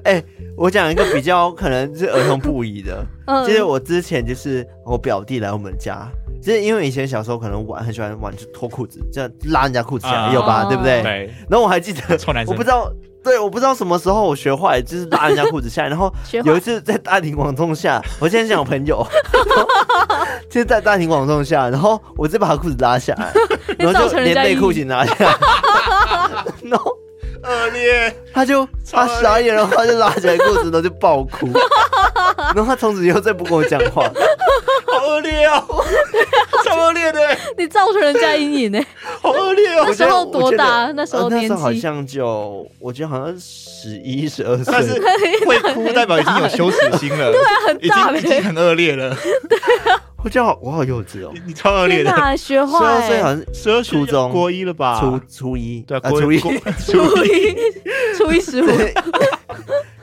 [LAUGHS]
哎、我讲一个比较可能是儿童不宜的，
嗯，
就是我之前就是我表弟来我们家。就是因为以前小时候可能玩很喜欢玩，就脱裤子，这样拉人家裤子下来，
啊
有吧？
哦
对不对？
对，
然后我还记得，
臭男生
我不知道，对，我不知道什么时候我学坏，就是拉人家裤子下来，然后
学
有一
会
次在大庭广众下，我现在想我朋友， [LAUGHS] 就是在大庭广众下，然后我直接把他裤子拉下来，然后
造
就
成人
连
家
内
阴
裤
影
一起拿下来，然后
恶劣。
他就他傻眼了，他就拉起来裤子，然后就爆哭，然后他从此以后再不跟我讲话，
好恶劣哦，超恶劣的，
你造成人家阴影呢、欸
好恶劣
[LAUGHS]
哦
那。时候多大啊
我觉得
那时候
呃那时候
年纪
好 [LAUGHS] 像就我觉得好像十一十二
但是
岁，
会哭，代表已经有羞耻心了，对啊，
很大欸
已经已经很恶劣
[LAUGHS]
了，
我觉得好我好幼稚哦
你，你超恶劣
天
的。
哪，学
十二
坏、
岁好像
十二
初
岁
中
国一了吧？
初初一，
对啊，
呃
国
初一
国
[LAUGHS] 初一初一十五，
[LAUGHS]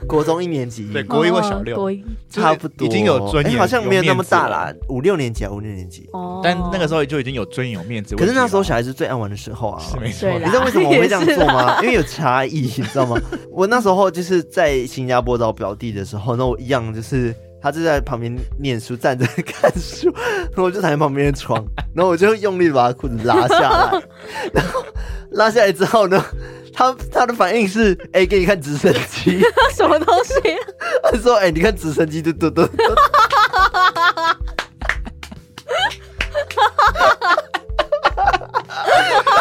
国中一年级，
对 [LAUGHS] 国一或小
哦国
六，
一
就是
差不多，
已经有尊严，
哎好像没有那么大
面
啦，五六年级啊，五六年级。
哦
子了。但那个时候就已经有尊严、有面子。
可是那时候小
想
孩子最爱玩的时候啊，
是没错
对，啦
你知道为什么我会这样做
也是啊
吗？因为有差异，你知道吗？我那时候就是在新加坡找表弟的时候，那我一样就是。他就在旁边念书，站着看书， [LAUGHS] 然后我就躺在旁边的床，然后我就用力把他裤子拉下来， [LAUGHS] 然后拉下来之后呢，他他的反应是，哎、给你看直升机，
[LAUGHS] 什么东西？
他说，哎、你看直升机，嘟嘟嘟 [LAUGHS] 嘟，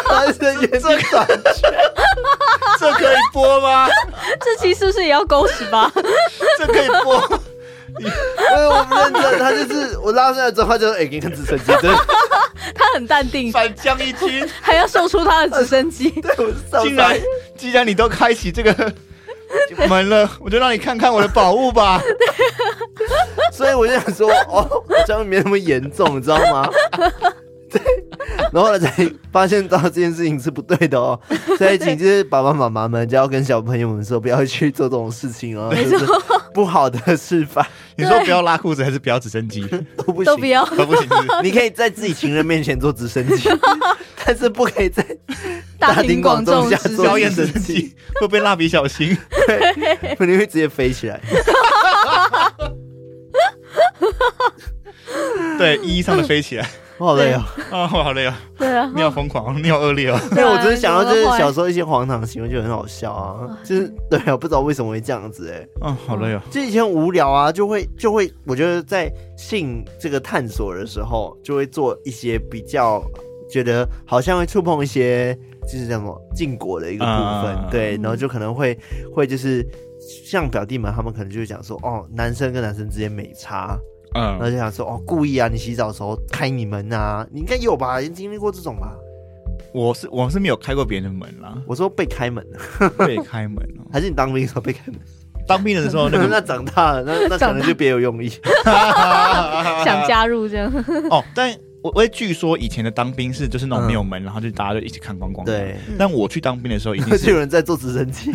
他在原地转
这可以播吗？
这期是不是也要勾十八？
这可以播。
[LAUGHS]
哎，我不认真，他就是我拉上来之后，他就哎、给你看直升机，真的，
他很淡定，
反将一军，
还要秀出他的直升
[LAUGHS]
机。
[LAUGHS] 对，我是上
竟然
山，
既然你都开启这个 [LAUGHS] 门了，我就让你看看我的宝
[LAUGHS]
物吧。
所以我就想说，哦，好像没那么严重，你知道吗？ [LAUGHS] 对，然后呢才发现到这件事情是不对的
[LAUGHS]
哦，所以请就是爸爸妈妈们就要跟小朋友们说，不要去做这种事情哦，就是不好的示范
你说不要拉裤子，还是不要直升机？
都不
都不
行。
要，
都不行，是
[LAUGHS]
不是
你可以在自己情人面前做直升机，但是不可以在大庭广众下
直
做
表
升
演
直
直
升
升
机
机会被蜡笔小新，
[LAUGHS]
不然你会直接飞起来。
对一一上的飞
[LAUGHS]
起来
我好累哦。
啊！我好累哦，
对
[LAUGHS]
啊，
你好疯狂，你好恶劣哦。
[LAUGHS] 对，
对啊
我只是想到就是
你怎么会
小时候一些荒唐行为就很好笑啊， [LAUGHS] 就是对啊，不知道为什么会这样子哎、
嗯，好累哦。
就以前无聊啊，就会就会，我觉得在性这个探索的时候，就会做一些比较觉得好像会触碰一些就是叫什么禁果的一个部分，
嗯
对，然后就可能会会就是。像表弟们，他们可能就会讲说，哦，男生跟男生之间没差，然后
嗯，
就想说，哦，故意啊，你洗澡的时候开你门啊，你应该有吧，经历过这种吧？，
我是我是没有开过别人的门啦
[LAUGHS] 我说被开门，
被开门哦。
还是你当兵的时候被开门？
当兵的时候哦那
[LAUGHS] 那
个
长大了，那那可
长
能
大
就别有用意。
想加入这样，
哦，但我我也据说以前的当兵是就是那种没有门，然后就大家就一起看光
嗯
光。
对，
但我去当兵的时候，
[LAUGHS]
一定
[LAUGHS] 就是有人在做直升 [LAUGHS] 机，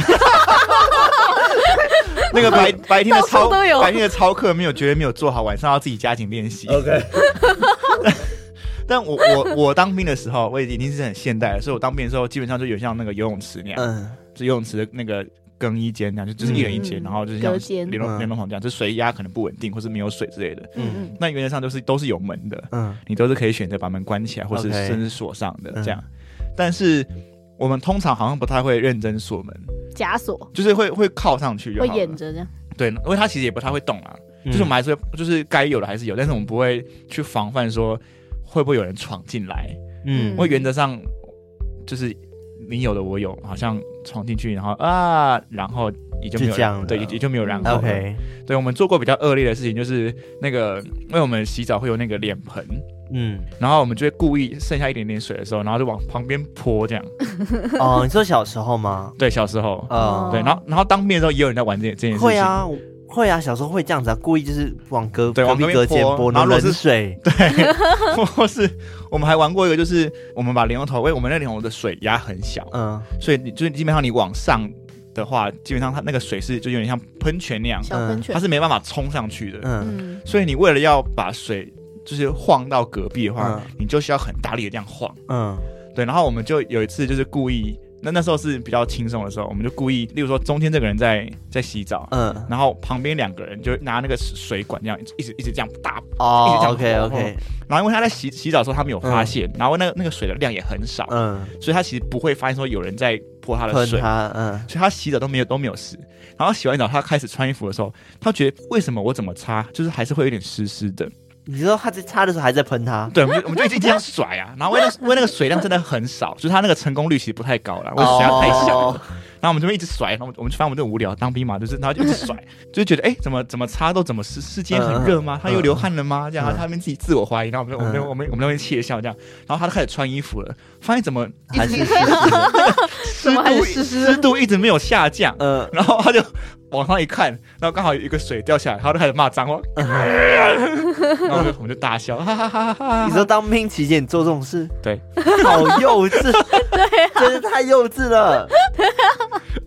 那个白白天的
到处
操
都有
白天的操课没有绝对没有做好，晚上要自己加紧练习。
[LAUGHS] OK
[LAUGHS] 但我我我当兵的时候，我已经是很现代了，所以我当兵的时候基本上就有像那个游泳池那样，
嗯，
就游泳池的那个更衣间那样，就就是一人一间，
嗯
然后就是
隔
像
间
联动
嗯
联动房这样，就水压可能不稳定或是没有水之类的。
嗯
那原则上都是都是有门的，
嗯
你都是可以选择把门关起来，或是
OK
甚至锁上的这样。
嗯
但是我们通常好像不太会认真锁门，
嗯， [LAUGHS] 枷锁
就是会会靠上去就
会
好
演
了。嗯
着这嗯样，
对，因为它其实也不太会动啊，就是我们还是会就是该有的还是有，但是我们不会去防范说会不会有人闯进来。
嗯
因为原则上就是你有的我有，好像闯进去，然后啊，然后也就没有
就这样了
对，也也就没有然后了。
，OK，
对我们做过比较恶劣的事情，就是那个，因为我们洗澡会有那个脸盆，
嗯，
然后我们就会故意剩下一点点水的时候，然后就往旁边泼这样。
哦，你说小时候吗？
对，小时候，
嗯，
对，然后然后当面的时候也有人在玩这件这件事情。
会，啊，我会啊，小时候会这样子啊，故意就是往隔
对
隔
往
壁
隔壁
隔间
泼啊
泼，
然后如果
冷
是 [LAUGHS]
水，
[LAUGHS] 或是我们还玩过一个，就是我们把莲蓬头，因为我们那莲蓬头的水压很小，
嗯，
所以你就是基本上你往上的话，基本上它那个水是就有点像喷泉那样，
小喷泉
它，是没办法冲上去的。
嗯
嗯，
所以你为了要把水就是晃到隔壁的话，
嗯
你就需要很大力的这样晃。
嗯
对，然后我们就有一次就是故意，那那时候是比较轻松的时候，我们就故意，例如说中间这个人在在洗澡。
嗯，
然后旁边两个人就拿那个水管这样一直一直这样大，一直
哦
这样
，OK
泼
OK，
然后因为他在洗洗澡的时候他没有发现，然后那个那个水的量也很少，
嗯，
所以他其实不会发现说有人在泼他的
喷
水，
他，嗯，
所以他洗澡都没有都没有湿。然后洗完澡，他开始穿衣服的时候，他觉得为什么我怎么擦，就是还是会有点湿湿的。
你知道他在擦的时候还在喷他，
对，我们就我们就一直这样甩啊。然后因为那因为那个水量真的很少，就是他那个成功率其实不太高了，我水量太小。
哦
然后我们就一直甩，然后我们我们就发现我们这无聊当兵嘛，就是然后就一直甩，就是觉得哎、怎么怎么擦都怎么湿，世界很热
嗯
吗？他又流汗了吗？这
嗯
样，然后他们自己自我怀疑，然后我们就我们就我们我们那边窃笑这样，然后他就开始穿衣服了，发现怎么一
还
直
是湿湿 [LAUGHS] 的，
湿
么还
度
是湿湿的
湿度一直没有下降，
嗯，
然后他就往上一看，然后刚好有一个水掉下来，他就开始骂脏话，
嗯
[LAUGHS] 然后我们就我们就大笑，哈哈哈哈哈
你
哈。
说当兵期间你做这种事，
对，
好幼稚，真是太幼稚了，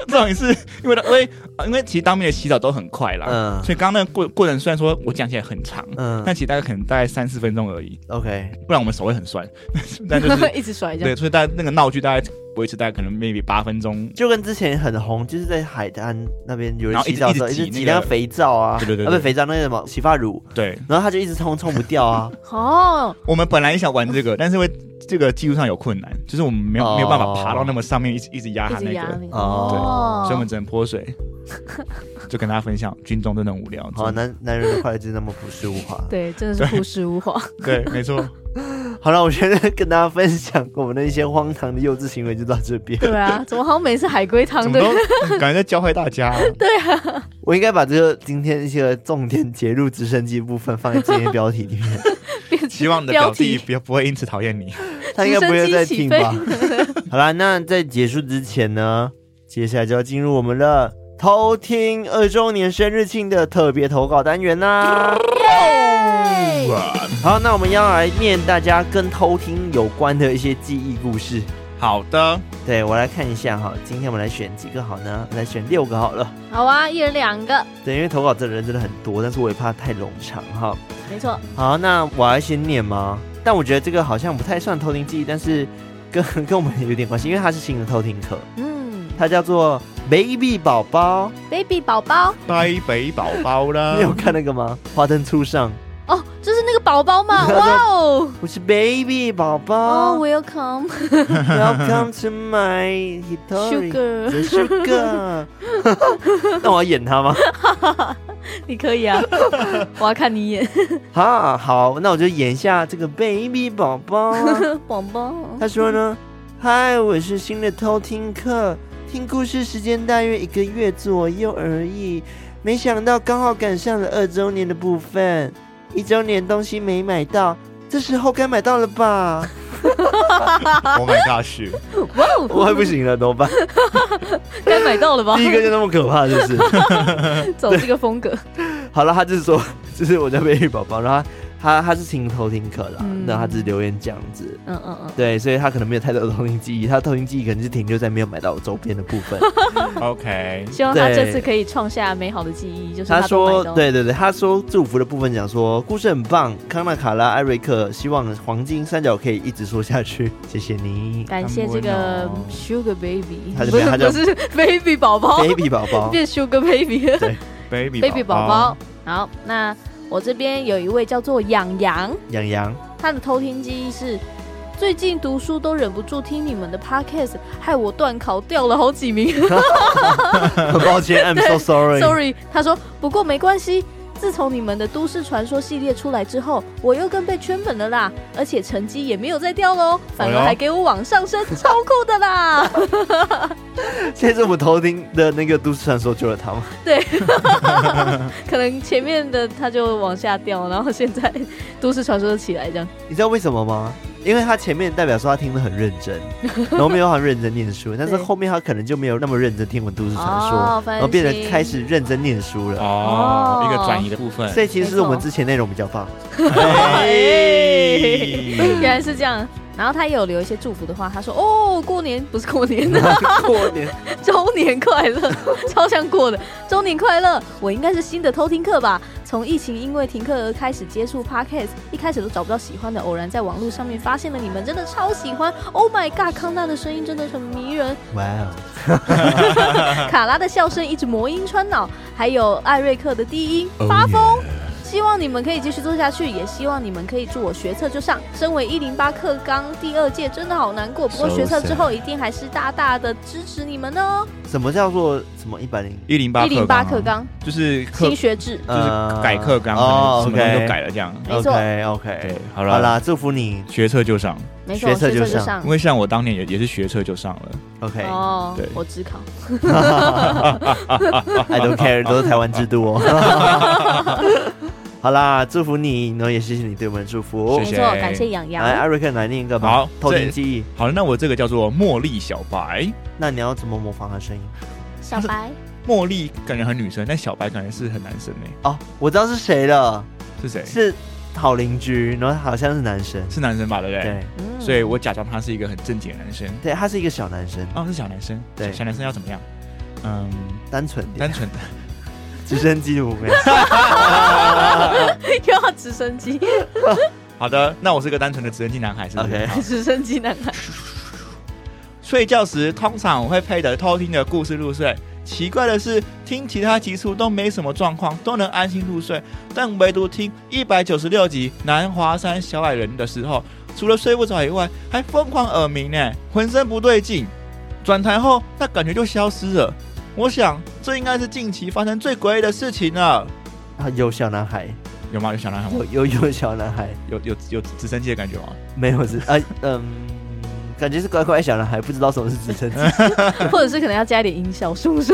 这种也是因为因为因为其实当兵的洗澡都很快啦，
嗯
所以刚刚那个过过程虽然说我讲起来很长，但
嗯
其实大概可能大概三四分钟而已，
，OK，
不然我们手会很酸。 [LAUGHS]
[LAUGHS]
但就是
一直甩这样，
对，所以大概那个闹剧大概维持大概可能 maybe 八分钟。
就跟之前很红，就是在海滩那边有人
然后一
洗
直
澡的时候，
一
一
直
直
挤
挤
那个
那个肥皂啊，
对对对
啊
对
不是肥皂那个什么洗发乳，
对，
然后他就一直冲冲不掉
[LAUGHS]
啊，
哦，
我们本来也想
[LAUGHS]
玩这个，但是因为这个技术上有困难，就是我们没有、没有办法爬到那么上面，一直一直压
一
它啊那
直压
个，
力，
哦
所以我们只能
[LAUGHS]
泼水。就跟大家分享，军中真的很无聊。
好，男男人的快乐就是那么朴实无华。
对，真的是朴实无华，
对，
[LAUGHS]
没错。
好了，我觉得跟大家分享我们的一些荒唐的幼稚行为就到这边。
对啊，怎么好像每次海龟汤
怎么
的
都嗯感觉在教坏大家、啊
[LAUGHS]
我应该把这个今天一些重点截入直升机部分放在今天标题里面，
变成
希望你的表
标
弟
题
不要不会因此讨厌你。
他应该不会再听吧
直？
[LAUGHS] 好啦，那在结束之前呢，接下来就要进入我们的偷听二周年生日庆的特别投稿单元啦。好，那我们要来念大家跟偷听有关的一些记忆故事。
好的，
对我来看一下哈，今天我们来选几个好呢？来选六个好了。
好啊，一人两个，
对，因为投稿的人真的很多，但是我也怕太冗长哈。
没错，
好，那我要先念吗？但我觉得这个好像不太算偷听记忆，但是跟跟 [LAUGHS] 我们有点关系，因为它是新的偷听课，
嗯
它叫做 Baby 宝宝。
，baby 宝宝，
拜北宝宝
[LAUGHS]
啦
你有看那个吗？花灯初上，
哦，就是那个宝宝
[LAUGHS]
嘛，哇哦，
我是 Baby 宝
哦
宝、[LAUGHS] w
，welcome
e l c o m e to my history。
sugar，
The sugar，那我要演他吗？ [LAUGHS]
你可以 [LAUGHS] 啊，我要看你演
啊，好，那我就演一下这个 baby 宝宝啊。
宝宝，
他说呢：“嗨，我是新的偷听课，听故事时间大约一个月左右而已，没想到刚好赶上了二周年的部分，一周年东西没买到，这时候该买到了 [LAUGHS] 吧？
，Oh my gosh！
哇哦，
快不行了，怎么 [LAUGHS] 办？
该买到了吧？
个就那么可怕，是不 [LAUGHS] 是？
走这个风格，
好了，他就是说，就是我叫 baby 宝宝，然后他他是情投情渴的啊、
嗯
那他只是留言这样子，
嗯嗯嗯，
对，所以他可能没有太多的偷听记忆，他的偷听记忆可能是停留在没有买到周边的部分。
OK，
希望他
对
这次可以创下美好的记忆，就是
他
都
说
买到，
对对对，他说祝福的部分讲说故事很棒，康纳、卡拉、艾瑞克，希望黄金三角可以一直说下去， [LAUGHS] 谢谢你
感谢这个
他们
Sugar Baby，
他就
不
他
是
就
不是
[LAUGHS]
Baby 宝宝，
，baby 宝
[LAUGHS]
宝，
变 Sugar Baby 了
baby
Baby 宝宝。好，那我这边有一位叫做养羊，
养羊，
他的偷听记忆是。最近读书都忍不住听你们的 podcast，害我断考掉了好
[LAUGHS]
几名。
很 [LAUGHS] 抱歉，I'm so sorry。
[LAUGHS] Sorry，他说不过没关系。自从你们的都市传说系列出来之后，我又更被圈粉了啦，而且成绩也没有再掉喽，
哎
反而还给我往上升，超酷的啦！ [LAUGHS]
现在是我们偷听的那个都市传说救了他吗？ [LAUGHS]
可能前面的他就往下掉，然后现在 [LAUGHS] 都市传说就起来这样。
你知道为什么吗？因为他前面代表说他听得很认
[LAUGHS]
真，然后没有很认真念书，但是
对
后面他可能就没有那么认真听我们都市传说，
哦反
然后变得
省
开始认真念书了。
哦
哦，
一个转移的部分。
所以其实是我们
没错
之前内容比较
[LAUGHS]
棒。
哎
嗯
原来是这样。然后他也有留一些祝福的话，他说：“哦，过年不是过年，
过年
周年快乐，超像过的。周年快乐，我应该是新的偷听课吧？从疫情因为停课而开始接触 podcast，一开始都找不到喜欢的，偶然在网络上面发现了你们，真的超喜欢。Oh my god，康纳的声音真的很迷人，
哇哦，
[LAUGHS] 卡拉的笑声一直魔音穿脑，还有艾瑞克的低
Oh
音发疯。希望你们可以继续做下去，也希望你们可以祝我学测就上。身为一零八课纲第二届，真的好难过。不过
So
学测之后，一定还是大大的支持你们哦。
什么叫做什么一百零？
一零八
一零八课纲
就是课
新学制，
就是改课纲，
呃哦
可能什么东西都改了这样。
没错
OK
对
OK，，
好了，
好啦，祝福你。
学测就上，
没错，
学测就
就
上
上
因。为像我当年也也是学测就上了。
OK，
哦
对，
我只考。
I don't
[LAUGHS]
care，都是台湾制度哦。好啦，祝福你，然后也谢谢你对我们的祝福
谢
没。
谢哎
错，感谢养
来，
洋。
艾瑞克来念一个吧。
好
偷听
这
记忆。
好了，那我这个叫做茉莉小白。
那你要怎么模仿他的声音？
小白，
茉莉感觉很女生，但小白感觉是很男生哎、
哦，我知道是谁了，
是谁？
是好邻居，然后他好像是男生。
是男生吧，对不对？
对
嗯
所以我假装他是一个很正经的男生。
对，他是一个小男生，
哦，是小男生。
对
小小男生要怎么样？嗯，
单纯点 [LAUGHS]
单，纯的。
直升机的模样。
嗯 [LAUGHS] 又要直升机，
好的，那我是个单纯的直升机男 [LAUGHS] 孩，是不是
OK
好
直升机男
[LAUGHS]
孩。
睡觉时通常我会配着偷听的故事入睡。奇怪的是，听其他集数都没什么状况，都能安心入睡，但唯独听一百九十六集《南华山小矮人》的时候，除了睡不着以外，还疯狂耳鸣呢，浑身不对劲。转台后，那感觉就消失了。我想，这应该是近期发生最诡异的事情了。
啊，有小男孩，
有吗？有小男孩吗？
有有有小男孩，
有有有直升机的感觉吗？
没有是啊，嗯，感觉是乖乖小男孩，不知道什么是直升
[LAUGHS]
机，
或者是可能要加一点音效，是不是？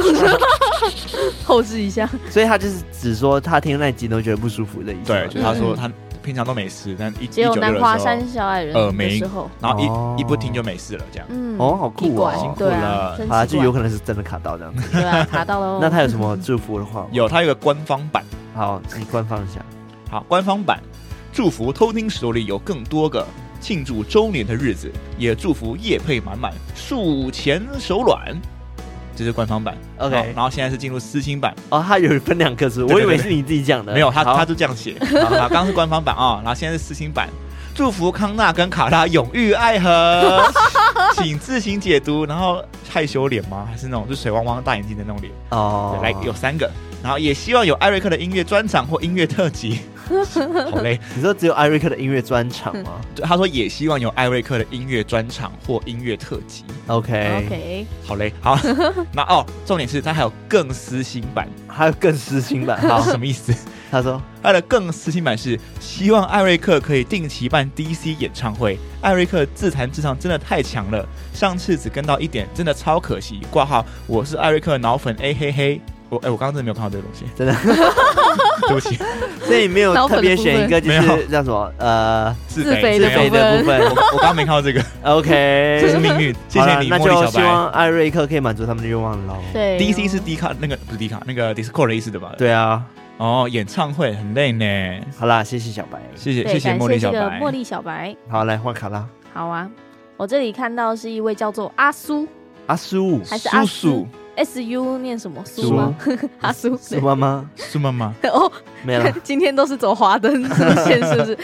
后置一下，
所以他就是只说他听那集都觉得不舒服的意思
对
吗。，
就他
嗯
说他平常都没事，但一一
只
九
有
六的
南
时
华
候，呃
山小矮人
耳
的
鸣
时候，
然后一、
哦
一不听就没事了，这样。
嗯
哦好酷哦
奇怪
辛苦
对啊
了，
真
好啦，
奇
就
怪
有可能是真的卡到这样子。
对啊，卡到了
[LAUGHS]
哦。
那他有什么祝福的话吗？
有，它有一个官方版。
好，你官方一下。
好，官方版祝福偷听手里有更多个庆祝周年的日子，也祝福夜配满满，数钱手软。这是官方版
OK
好然后现在是进入私心版，
哦，他有分两个字，
对
我以为
对
是你自己讲的。
没有他
好
他就这样写。好，好刚刚是官方版啊、然后现在是私心版，祝福康纳跟卡拉永浴爱河，
[LAUGHS]
请自行解读。然后害羞脸吗？还是那种就水汪汪大眼睛的那种脸？
哦
对，来有三个，然后也希望有艾瑞克的音乐专场或音乐特辑。好累，
你说只有艾瑞克的音乐专场吗
嗯
他说也希望有艾瑞克的音乐专场或音乐特辑。
？OK，
哦 OK，
好嘞，
[LAUGHS]
好，那哦，重点是他还有更私心版，
还有更私心
[LAUGHS]
版。好
好，，什么意思？
他说
他的更私心版是希望艾瑞克可以定期办 DC 演唱会。艾瑞克自弹自唱真的太强了，上次只跟到一点，真的超可惜。挂号，我是艾瑞克脑粉，哎嘿嘿。我哎、我刚刚真的没有看到这个东西，
[LAUGHS]
真的，
对不起，
所以你没有
脑
特
粉的
别
部
选一个，就
分没
是叫什么呃
自
自
肥
肥
自
的
肥
部
的部
分
分
我。我刚刚没看到这个，
[LAUGHS]
这是
OK， [LAUGHS]
命运。谢
好
谢
啦
你，
那
茉莉
就
小
希
白。
望艾瑞克可以满足他们的愿望喽。
对
DC 是 D 卡那个不是 D 卡那个 Discord 的意思对吧？
对啊，
哦，演唱会很累呢。
好啦，谢谢小白。
谢谢
对，
谢谢
感谢
茉
这
莉小
个
白
茉。莉小白。
好，来换卡拉。
好啊，我这里看到是一位叫做阿苏
阿苏，
还是阿
叔
苏
叔，
S U 念什么苏吗？ [LAUGHS] 阿苏
苏哎妈妈
苏妈妈，
对哦，。
没了
[LAUGHS] 今天都是走华灯出现，是不是？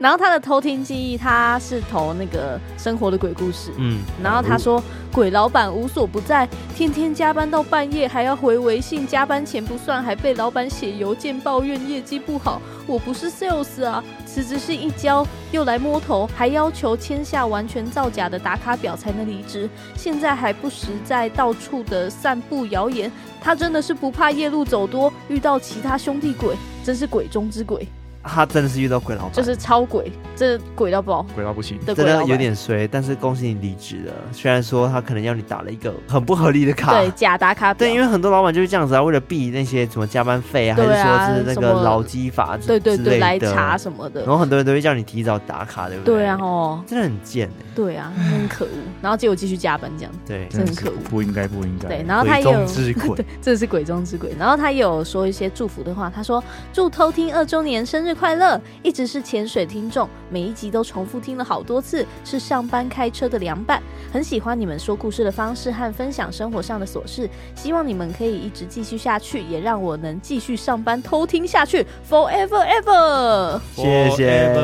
然后他的偷听记忆，他是投那个生活的鬼故事。
嗯，
然后他说，鬼老板无所不在，天天加班到半夜，还要回微信，加班钱不算，还被老板写邮件抱怨业绩不好。我不是 sales 啊，辞职是一交，又来摸头，还要求签下完全造假的打卡表才能离职。现在还不时在到处的散布谣言，他真的是不怕夜路走多，遇到其他兄弟鬼，真是鬼中之鬼，
他真的是遇到鬼老板，
就是超鬼，这鬼到爆
鬼到不行。
的鬼
真的
老板。
有点衰，但是恭喜你离职了。虽然说他可能要你打了一个很不合理的卡，
对假打卡表，
对，因为很多老板就是这样子啊，为了避那些什么加班费啊，
对啊
还是说是那
什
个
么
劳基法之
对对
之类
对
的
来查什么的
然。后很多人都会叫你提早打卡，对不
对
对
啊，，哦，
真的很贱哎、
对啊，那很可恶。然后结果继续加班这样，
对，
真的很可恶。
不应该，不应该。
对，然后他也有
鬼中
[LAUGHS]
之鬼，
这是鬼中之鬼。然后他也有说一些祝福的话，他说祝偷听二周年生日快乐，一直是潜水听众，每一集都重复听了好多次，是上班开车的凉拌，很喜欢你们说故事的方式和分享生活上的琐事，希望你们可以一直继续下去，也让我能继续上班偷听下去，forever ever
谢谢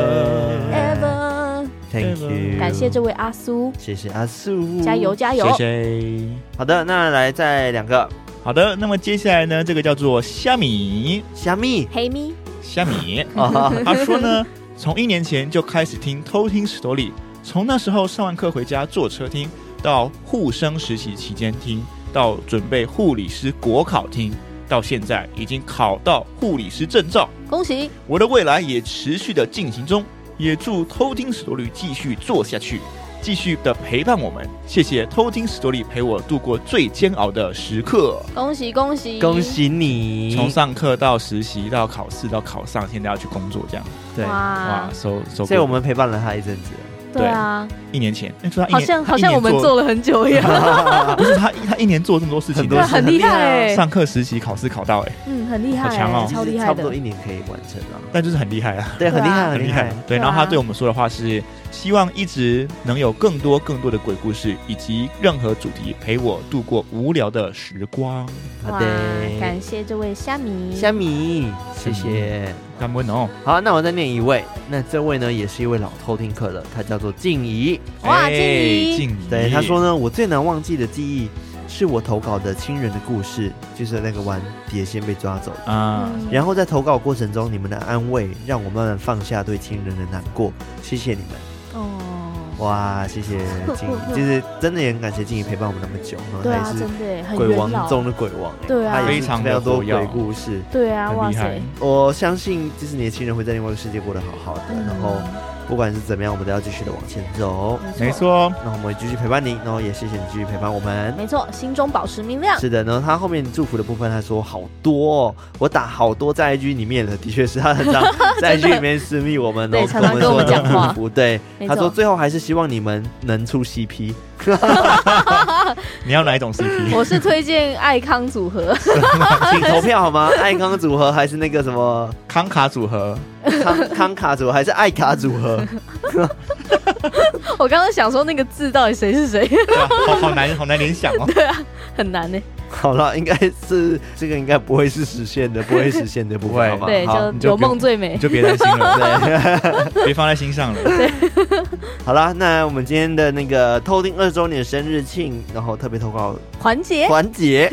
ever。
，Thank you，
感谢这，位阿苏，
谢谢阿素，
加油加油！
嗯谢谢。
好的，那来再两个
好的，那么接下来呢，这个叫做虾米，
虾米
黑咪，
虾米。
啊，
[LAUGHS] 他说呢，从一年前就开始听偷听史多里，从那时候上完课回家坐车听，到护生实习期间听，到准备护理师国考听，到现在已经考到护理师证照，
恭喜！
我的未来也持续的进行中，也祝偷听史多里继续做下去。继续的陪伴我们，谢谢偷听史多里陪我度过最煎熬的时刻，
恭喜恭喜
恭！喜你，
从上课到实习到考试到考上，现在要去工作这样，
对，
哇
哇，，收收。
啊所以我们陪伴了他一阵子，
对啊，
一年前，那说他一
好
年
像
他
好
一
像
年
我们做了很久一样，
[LAUGHS] 不是他他一年做这么多事情，
很多
对，
事
很厉害
很
哎，
啊上课、实习、考试、考到哎、
嗯，很厉害
好强
哎，
哦
超厉
差
害
不多一
的，
年可以完成啊，
但就是很厉害啊，
对，很厉害，
很
很
厉
厉
害
害。。
对
对，
啊
然后他对我们说的话是希望一直能有更多更多的鬼故事以及任何主题陪我度过无聊的时光。
好的，
感谢这位虾米，
虾米，谢谢。
感恩哦，
好，那我再念一位，那这位呢也是一位老偷听客了，他叫做静怡。
哇
哎
静怡
静怡，
对，他说呢，我最难忘记的记忆是我投稿的亲人的故事，就是那个玩碟仙被抓走的。
啊，
嗯
然后在投稿过程中，你们的安慰让我慢慢放下对亲人的难过，谢谢你们。
哦，
哇，谢谢静
[LAUGHS]
怡，就是真的也很感谢静怡陪伴我们那么久，然后
对
她
啊，
也是
真的哎很
[LAUGHS] 鬼
元
王中
老，
的鬼王，哎
对啊
她也
非
是
常
非
的
常多
活跃
鬼故事。
对啊，
很
哇
厉害
塞，，
我相信，就是你的亲人会在另外一个世界过得好好的，然后不管是怎么样，我们都要继续的往前走。哦
嗯
没，错，
那我们会继续陪伴你，然后也谢谢你继续陪伴我们。
没错，心中保持明亮，
是的，然后他后面祝福的部分，他说好多、哦，我打好多在 IG 里面的，的确是他很
[LAUGHS]
常在 IG 里面私密我们，
对
然后
常常跟我们
说
讲话
祝福。对，
没
他说
错，
最后还是希望你们能出 CP，
你要哪一种 CP？
我是推荐爱康组合， [LAUGHS]
请投票好吗？爱康组合还是那个什
[LAUGHS]
么
康卡组合，
康康卡组合，还是爱卡组
[LAUGHS]
合？
我刚刚想说那个字到底谁是谁， [LAUGHS]
对啊好好难好难联想哦。
很难欸呢，
好了，应该是这个应该不会是实现的，不会实现的部
不会
分，好吗？
对，
好
就
你就
有
不用
梦最美
你。就别担心
[LAUGHS]
了，
对，
别放在心上了。
好啦，那我们今天的那个偷听二周年生日庆，然后特别投稿
环节，
环
[LAUGHS]
节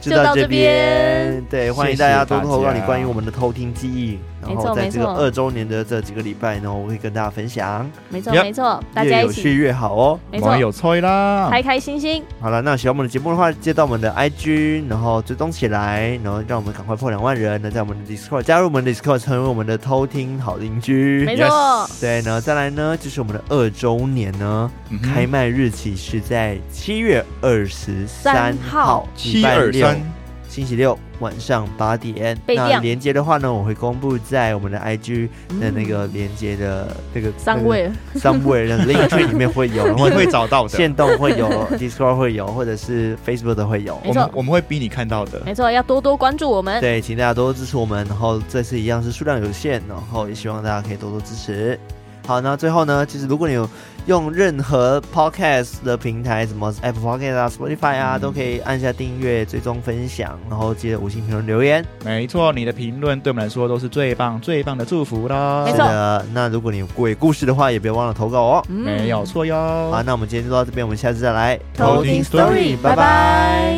就
哎就到
到
这
这边
边。
对，欢迎
谢谢
大家多
大
多投稿你
家
关于我们的偷听记忆，然
没错
后在这个
没错
二周年的这几个礼拜呢，我会跟大家分享，
没错
Yep
没错，大家
越
一
有趣
起，
越好哦。
没错
网，友吹啦，
开开心心，
好了，那喜欢我们的节目的话，接到我们的 IG，然后追踪起来，然后让我们赶快破两万人，那在我们的 Discord 加入我们的 Discord，成为我们的偷听好邻居
没。错
嗯 Yes，
对，然后再来呢，就是我们的二周年呢，
嗯哼
开卖日期是在七月二十三
三号
号，
七二
礼拜六
三，
星期六晚上八点。
被
那
晾
连接的话呢，我会公布在我们的 IG 的那个连接的那个
三嗯位
三位的 link
[LAUGHS]
tree 里面会有，
你
或者
会找到的。
线动会有，Discord [LAUGHS] 会有，或者是 Facebook 都会有。
没
我
错
们我们会逼你看到的。
没错，要多多关注我们。
对，请大家多多支持我们。然后这次一样是数量有限，然后也希望大家可以多多支持。好，那最后呢，其实如果你有用任何 podcast 的平台，什么 Apple Podcast 啊、Spotify 啊，
嗯
都可以按下订阅、追踪、分享，然后记得五星评论留言。
没错，你的评论对我们来说都是最棒、最棒的祝福啦。
没
是
错
的，那如果你有鬼故事的话，也别忘了投稿哦。
嗯
没有错哟。
好，那我们今天就到这边，我们下次再来
偷听 story，
拜拜。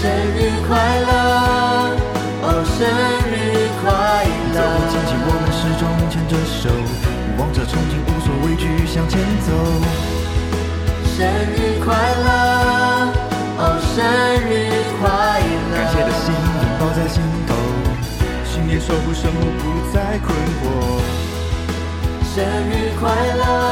生日快乐，哦，生日快乐！走，牵起我们始终牵着手，望着憧憬，无所畏惧向前走。生日快乐，哦，生日快乐！感谢的心拥抱在心头，信念守护生活不再困惑。生日快乐，